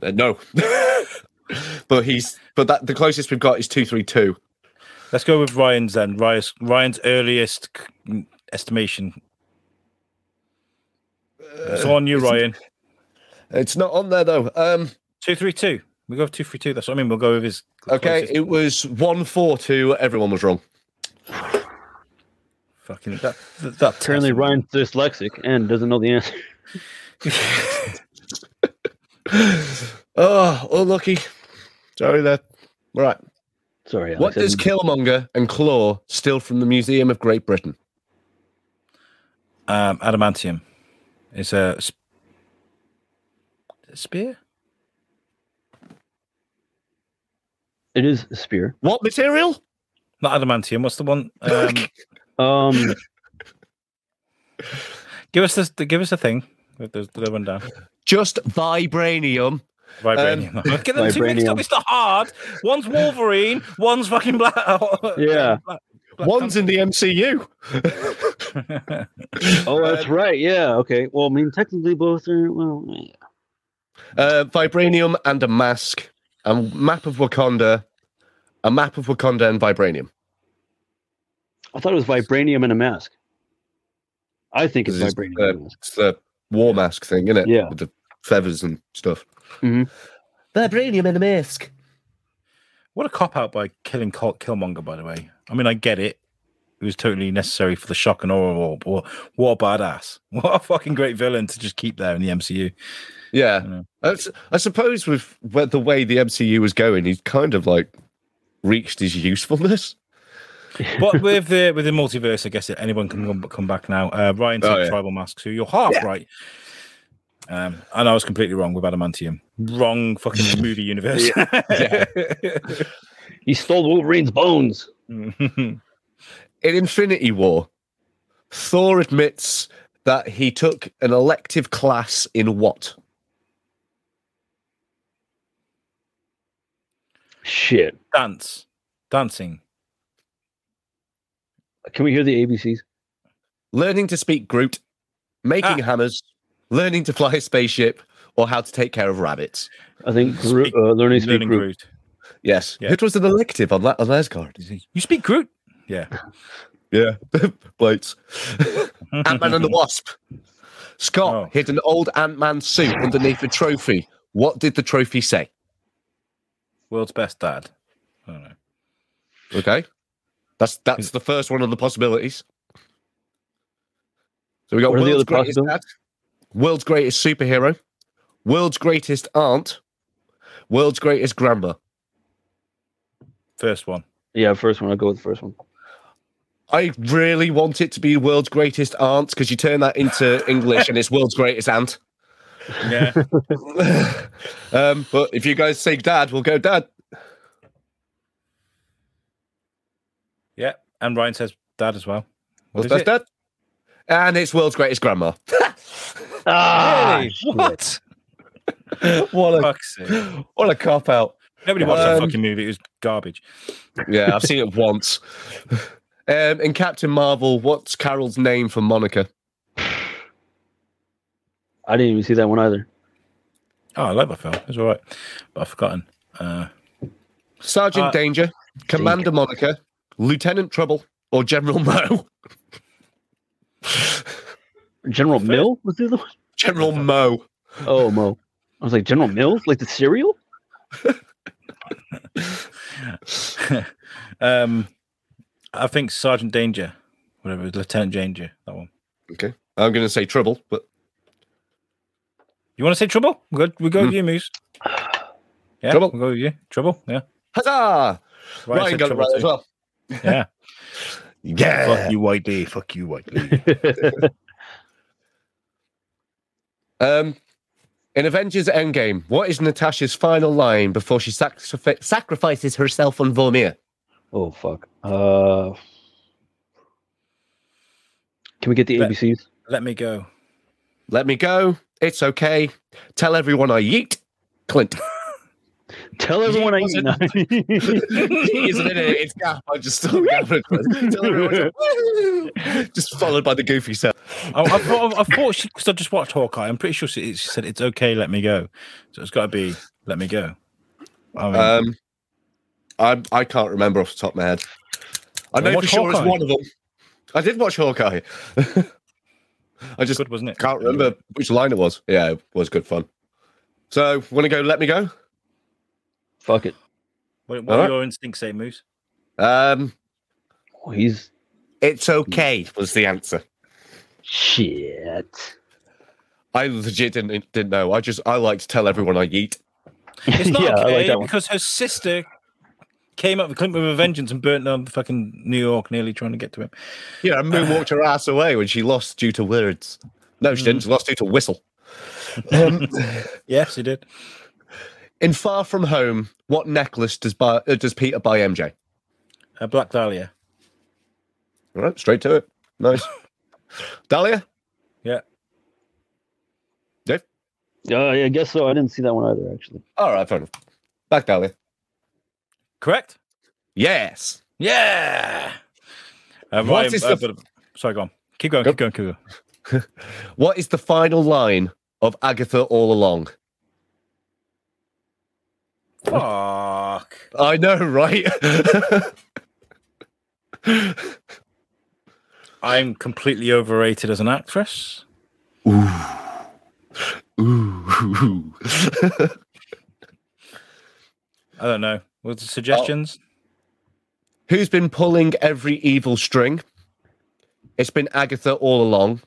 A: Uh, no. but he's but that the closest we've got is 232.
C: Let's go with Ryan's then. Ryan's, Ryan's earliest c- estimation.
A: Uh,
C: It's on you, Ryan.
A: It's not on there though. Um
C: Two three two. We go with two three two. That's what I mean. We'll go with his.
A: okay,
C: closest.
A: it was 142. Everyone was wrong.
C: Fucking that. That, that
B: Apparently,
C: test.
B: Ryan's dyslexic and doesn't know the answer.
A: Oh, unlucky. Sorry there. Right.
B: Sorry. Alex,
A: What
B: I
A: does
B: didn't-
A: Killmonger and Claw steal from the Museum of Great Britain?
C: Um, adamantium. It's a sp- spear.
B: It is a spear.
D: What material?
C: Not adamantium. What's the one? Um,
B: Um,
C: give us this. Give us a thing. The, the one down.
D: Just vibranium.
C: Vibranium. Look at them two mixed up.
B: Um, vibranium.
C: It's not hard. One's Wolverine. One's fucking black.
B: Yeah.
C: Black- Black
D: One's in the MCU.
C: Panther.
B: oh, that's right. Yeah. Okay. Well, I mean, technically both are. Well, eh.
D: Uh,
A: Vibranium and a mask, a map of Wakanda, a map of Wakanda and vibranium.
B: I thought it was vibranium and a mask. I think it's
A: This is,
B: vibranium.
A: uh,
B: and a mask.
A: It's the war mask thing, isn't it?
B: Yeah.
A: With the feathers and stuff.
B: Mhm.
A: Vibranium and a mask.
C: what a cop out by killing Col- Killmonger, by the way. I mean, I get it. It was totally necessary for the shock and awe war, but what a badass. What a fucking great villain to just keep there in the MCU.
A: Yeah.
C: I know.
A: I, s- I suppose with with the way the MCU was going, he's kind of like reached his usefulness.
C: But with the with the multiverse, I guess anyone can come, come back now. Uh, Ryan took
A: Oh, yeah.
C: tribal masks, who you're half right. Um, and I was completely wrong with adamantium. Wrong fucking movie universe.
B: He stole Wolverine's bones.
A: In Infinity War, Thor admits that he took an elective class in what?
B: Shit.
C: Dance, dancing.
B: Can we hear the ABCs?
A: Learning to speak Groot, making
C: Ah.
A: hammers, learning to fly a spaceship, or how to take care of rabbits.
B: I think Groot,
C: Speak-
B: uh, learning to speak
C: Learning
B: Groot.
C: Groot.
A: Yes.
C: Yeah.
A: It was an elective on, La- on Asgard.
C: You speak Groot. Yeah.
A: Yeah. Blades. Ant Man and the Wasp. Scott
C: Oh.
A: hid an old Ant Man suit underneath a trophy. What did the trophy say?
C: World's best dad. I don't know.
A: Okay. That's that's the first one of the possibilities. So we got
B: What are the
A: world's
B: other
A: greatest dad,
B: possibilities?
A: world's greatest superhero, world's greatest aunt, world's greatest grandma.
C: First one.
B: Yeah, first one. I'll go with the first one.
A: I really want it to be world's greatest aunt because you turn that into English and it's world's greatest aunt.
C: Yeah.
A: um, but if you guys say dad, we'll go dad.
C: yeah. And Ryan says dad as well. What
A: World's
C: is
A: best
C: it?
A: dad. And it's world's greatest grandma.
B: Ah,
C: Really?
B: shit.
C: What?
A: what
C: Fuck's sake.
A: a what a cop out.
C: Nobody watched that
A: Um,
C: fucking movie. It was garbage.
A: Yeah, I've seen it once. Um, in Captain Marvel, what's Carol's name for Monica?
B: I didn't even see that one either.
C: Oh, I like that film. It's all right. But I've forgotten. Uh,
A: Sergeant
C: Uh,
A: Danger, Commander Monica, Lieutenant Trouble, or General Mo?
B: General Mill was the other one.
A: General Mo.
B: Oh, Mo. I was like General Mills, like the cereal.
C: um, I think Sergeant Danger, whatever, it was, Lieutenant Danger, that one.
A: Okay, I'm going to say Trouble, but
C: You want to say Trouble? We go, we go with you, Moose. Yeah,
A: Hmm. Trouble.
C: We'll go with you. Trouble. Yeah.
A: huzzah! Ryan,
C: said
A: got it
C: Trouble
A: right
C: too.
A: as well.
C: Yeah.
A: Yeah.
C: you, White Lee. Fuck you, White Lee.
A: Um, in Avengers Endgame, what is Natasha's final line before she sacrifi- sacrifices herself on Vormir?
B: Oh fuck. Uh, can we get the
C: That-
B: ABCs?
C: Let me go.
A: Let me go. It's okay. Tell everyone I yeet. Clint.
B: Tell everyone I eat.
A: He's in it. It's Gaff. I'm just still Gaff. Tell everyone to woo, just followed by the goofy sound.
C: I, I thought, I thought she, because I just watched Hawkeye. I'm pretty sure she, she said, it's okay, let me go. So it's got to be, let me go. I mean,
A: Um, I I can't remember off the top of my head. I
C: Well,
A: know for
C: watch
A: sure it's
C: Hawkeye.
A: one of them. I did watch Hawkeye. I just
C: good, wasn't it?
A: can't remember which line it was. Yeah, it was good fun. So, want to go? Let me go.
B: Fuck it.
C: What, what
A: Alright.
C: your instincts say, Moose?
A: Um,
B: Oh, he's
A: it's okay was the answer.
B: shit.
A: I legit didn't didn't know. I just I like to tell everyone I eat.
C: It's not
B: Yeah, I like
C: okay
B: that one.
C: because her sister came up with Clinton with a vengeance and burnt down fucking New York, nearly trying to get to him.
A: Yeah, and moonwalked her ass away when she lost due to words. No, she didn't. She lost due to whistle. Um,
C: Yes, he did.
A: In Far From Home, what necklace does buy, uh, does Peter buy MJ?
C: Uh, Black Dahlia.
A: All right, straight to it. Nice. Dahlia?
B: Uh, yeah, I guess so. I didn't see that one either, actually.
A: All right, fair enough. Back Dahlia.
C: Correct?
A: Yes.
C: Yeah. Uh,
A: What is the-
C: but- sorry, go on. Keep going,
A: Go-
C: keep going, keep going.
A: What is the final line of Agatha All Along?
C: Fuck.
A: I know, right?
C: I'm completely overrated as an actress.
A: Ooh.
C: I don't know. What's the suggestions?
A: Who's been pulling every evil string? It's been Agatha all along.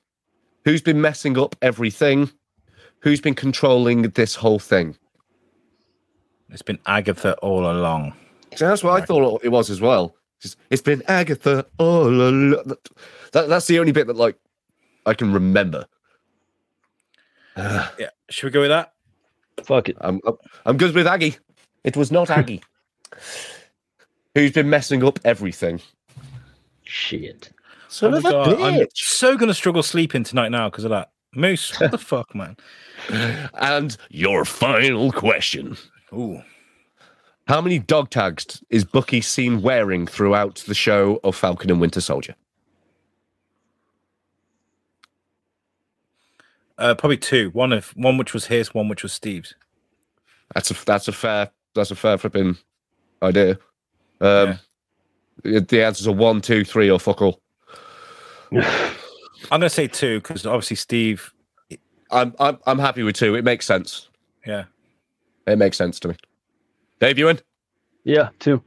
A: Who's been messing up everything? Who's been controlling this whole thing?
C: Oh. It's been Agatha all along.
A: So that's what I thought it was as well. Just, it's been Agatha all along. That, that's the only bit that like I can remember.
C: Yeah. Should we go with that?
B: Fuck it.
A: I'm I'm good with Aggie. It was not Aggie. Who's been messing up everything?
B: Shit.
A: Son
C: Oh
A: of
C: my
A: a
C: God, I'm
A: bitch.
C: so gonna struggle sleeping tonight now because of that. Moose, what the fuck, man?
A: And your final question.
C: Ooh.
A: How many dog tags is Bucky seen wearing throughout the show of Falcon and Winter Soldier?
C: Uh, probably two. One of one which was his, one which was Steve's.
A: That's a that's a fair that's a fair flipping idea. Um, the- The answers are one, two, three, or fuck all.
C: I'm gonna say two because obviously Steve.
A: I'm I'm I'm happy with two. It makes sense.
C: Yeah.
A: It makes sense to me. Dave, you in?
B: Yeah, two.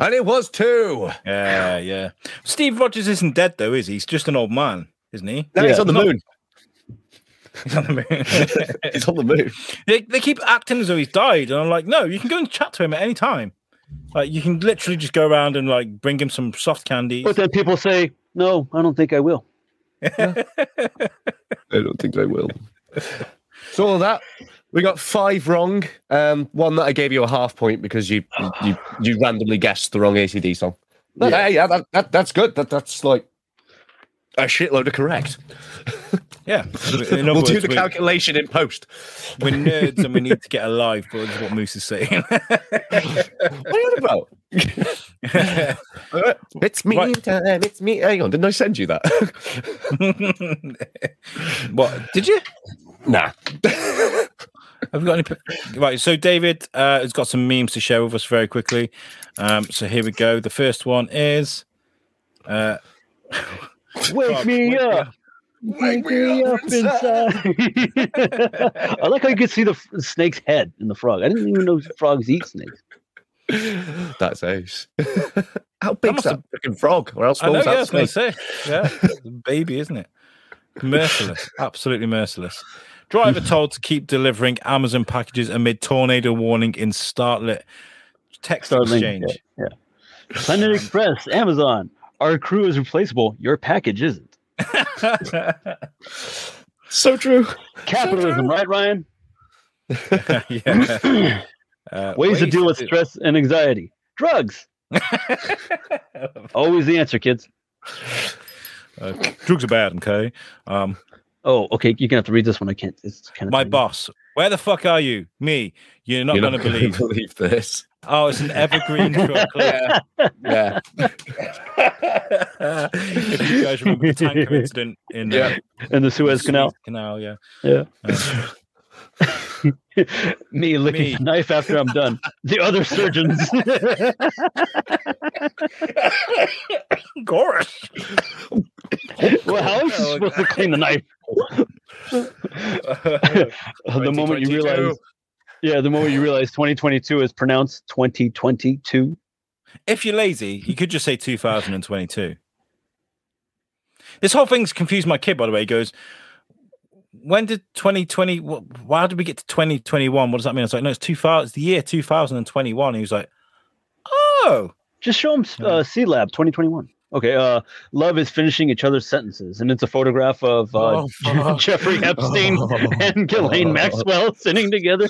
A: And it was two.
C: Yeah, yeah. Steve Rogers isn't dead though, is he? He's just an old man, isn't he?
A: Now he's
B: Yeah,
A: on the
C: not-
A: moon.
C: He's on the moon.
A: He's on the moon.
C: they, they keep acting as though he's died, and I'm like, no, you can go and chat to him at any time. Like you can literally just go around and like bring him some soft candy.
B: But then people say, no, I don't think I will.
A: I don't think they will. so all that we got five wrong. Um, one that I gave you a half point because you you, you, you randomly guessed the wrong ACD song. But
B: Yeah.
A: hey, yeah, that, that, that's good. That that's like a shitload of correct.
C: Yeah, In other
A: we'll do
C: words,
A: the
C: we-
A: calculation in post.
C: we're nerds and we need to get alive, but that's what Moose is saying.
A: What are you on about? It's me
C: Right.
A: time. It's me. Hang on, didn't I send you that?
C: what did you?
A: nah.
C: Have we got any? pi- Right, so David uh, has got some memes to share with us very quickly. Um, so here we go. The first one is uh,
B: Wake me
C: wake me
B: up. Wake me up inside. I like how you could see the f- snake's head in the frog. I didn't even know frogs eat snakes.
A: That's ace. How big's
C: must
A: that fucking frog? Or else
C: I know, yeah,
A: that
C: I was going
A: snake?
C: to say, yeah, it's a baby, isn't it? Merciless, absolutely merciless. Driver told to keep delivering Amazon packages amid tornado warning in Startlet text
B: Startling,
C: exchange.
B: Yeah. yeah. Planet Express, Amazon. Our crew is replaceable. Your package isn't.
A: So true.
B: Capitalism, right, Ryan?
C: Yeah. Uh,
B: Ways, to deal with
C: do-
B: stress and anxiety. Drugs. Always the answer, kids.
C: uh, drugs are bad, okay. Um,
B: Oh, okay. You're gonna have to read this one. I can't. It's kind of
C: my boss, where the fuck are you? Me, you're not
A: You're
C: going
A: not
C: to
A: gonna
C: believe.
A: believe this.
C: Oh, it's an evergreen truck. Yeah.
A: Yeah.
C: if you guys remember the tanker incident in uh,
A: Yeah.
B: in the Suez Canal.
C: Suez Canal, yeah.
B: Yeah.
C: Uh,
B: Me licking
C: Me.
B: the knife after I'm done. The other surgeons.
C: Gosh.
B: well, how else are you supposed to clean the knife? the moment you
C: 2022.
B: realize. Yeah, the moment you realize 2022 is pronounced 2022.
C: If you're lazy, you could just say 2022. This whole thing's confused my kid, by the way. He goes, When did 2020, wh- why did we get to 2021? What does that mean? I was like, No, it's, 2000, it's the year 2021. He was like, Oh,
B: Just show them uh, C Lab 2021. Okay, uh, love is finishing each other's sentences, and it's a photograph of uh,
F: Oh, fuck.
B: Jeffrey Epstein
C: Oh.
D: Oh.
B: and Ghislaine Maxwell sitting together.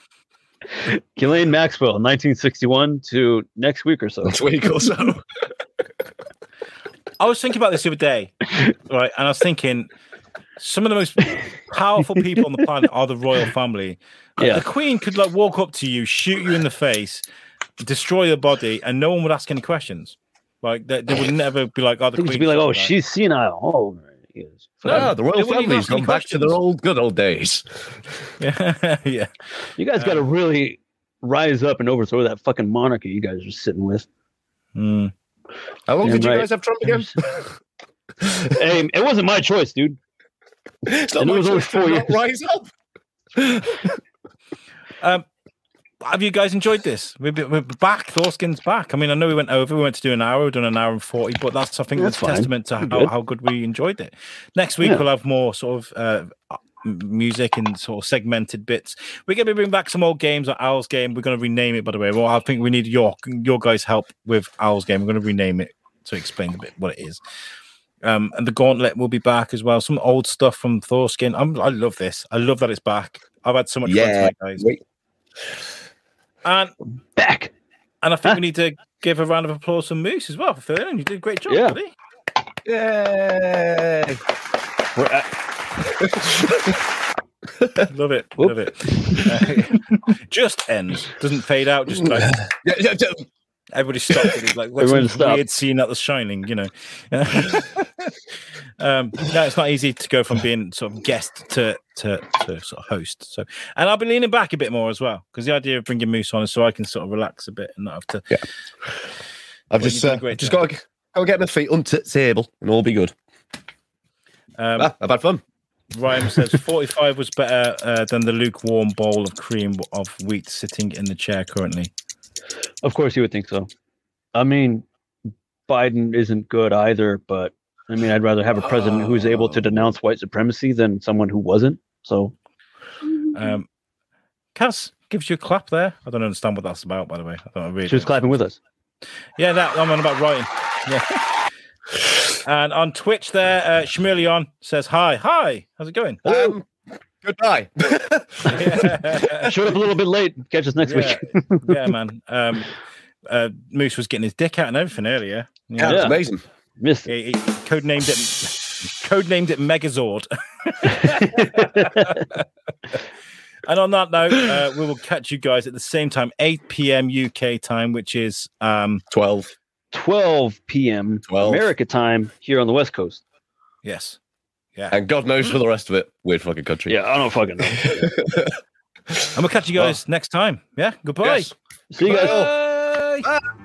B: Ghislaine Maxwell, 1961 to next week or so.
A: next week or so.
C: I was thinking about this the other day, right? And I was thinking some of the most powerful people on the planet are the royal family. Like,
B: Yeah.
C: The queen could like walk up to you, shoot you in the face, destroy your body, and no one would ask any questions. Like they, they would never be like, "Oh, the
B: Things
C: queen."
B: be like,
C: said
B: oh,
C: that."
B: she's senile. Oh, yes.
D: Ah, the royal
C: wouldn't Um, even
D: family's
C: ask any
D: gone back to their
C: questions.
D: old good old days.
B: "Oh,
C: yeah, yeah.
B: you guys got to really rise up and overthrow that fucking monarchy you guys are sitting with.
C: Mm.
D: How long
B: Damn
D: did you
B: right.
D: guys have Trump again?
B: hey, it wasn't my choice, dude.
D: It's
B: And it
D: my
B: was only
D: choice to
B: four
D: not
B: years.
D: Rise up.
C: Um, have you guys enjoyed this? We're, we're back. Thorskin's back. I mean, I know we went over. We went to do an hour. We've done an hour and forty, but that's I think
B: That's
C: that's,
B: fine.
C: testament to how,
B: good.
C: how good we enjoyed it. Next week
B: Yeah.
C: we'll have more sort of uh, m- music and sort of segmented bits. We're going to be bringing back some old games. Like Owl's game. We're going to rename it. By the way, well, I think we need your your guys' help with Owl's game. We're going to rename it to explain a bit what it is. Um, and the gauntlet will be back as well. Some old stuff from Thorskin. I'm, I love this. I love that it's back. I've had so much fun
A: Yeah.
C: tonight, guys.
A: Wait.
C: And
B: Back.
C: and I think
B: Huh?
C: we need to give a round of applause for Moose as well for Fernan. You did a great job,
B: Yeah.
C: buddy.
A: Yay!
B: We're at-
C: Love it.
B: Whoop.
C: Love it. Uh, just ends. Doesn't fade out. Just like
A: Yeah, yeah, yeah.
C: everybody stops. It's like what's
B: Everyone
C: this
B: stop.
C: weird scene at The Shining, you know. um, no, it's not easy to go from being sort of guest to to, to sort of host. So, and I'll be leaning back a bit more as well because the idea of bringing Moose on is so I can sort of relax a bit and not have to.
D: I've
C: Well,
D: just
C: you did
D: uh,
C: great
D: just
C: there.
D: got to go get my feet onto the table and all be good.
C: Um,
D: Ah, I've had fun.
C: Ryan says 45 was better uh, than the lukewarm bowl of cream of wheat sitting in the chair currently.
B: Of course, you would think so. I mean, Biden isn't good either, but I mean, I'd rather have a president who's able to denounce white supremacy than someone who wasn't. So,
C: Um, Kaz gives you a clap there. I don't understand what that's about, by the way. I don't really.
B: she was clapping with us.
C: Yeah, that I'm on about writing. Yeah. and on Twitch there, uh, Shmurlion says hi. Hi, how's it going?
D: Um, goodbye.
C: yeah,
B: Showed up a little bit late. Catch us next week.
C: yeah, man. Um, uh, Moose was getting his dick out and everything earlier.
D: Yeah,
C: Yeah.
D: it's
B: Yeah.
D: amazing.
B: Missed
C: He, he codenamed it. codenamed it Megazord.
B: it.
C: And on that note, uh, we will catch you guys at the same time, 8 p.m. UK time, which is um,
D: 12.
B: 12 p.m.
D: 12.
B: America time here on the West Coast.
C: yes, yeah. And
D: And God knows for the rest of it, weird fucking country.
B: Yeah, I don't fucking know.
C: we'll catch you guys next time. Yeah, goodbye.
D: Yes.
B: See you guys.
C: Bye.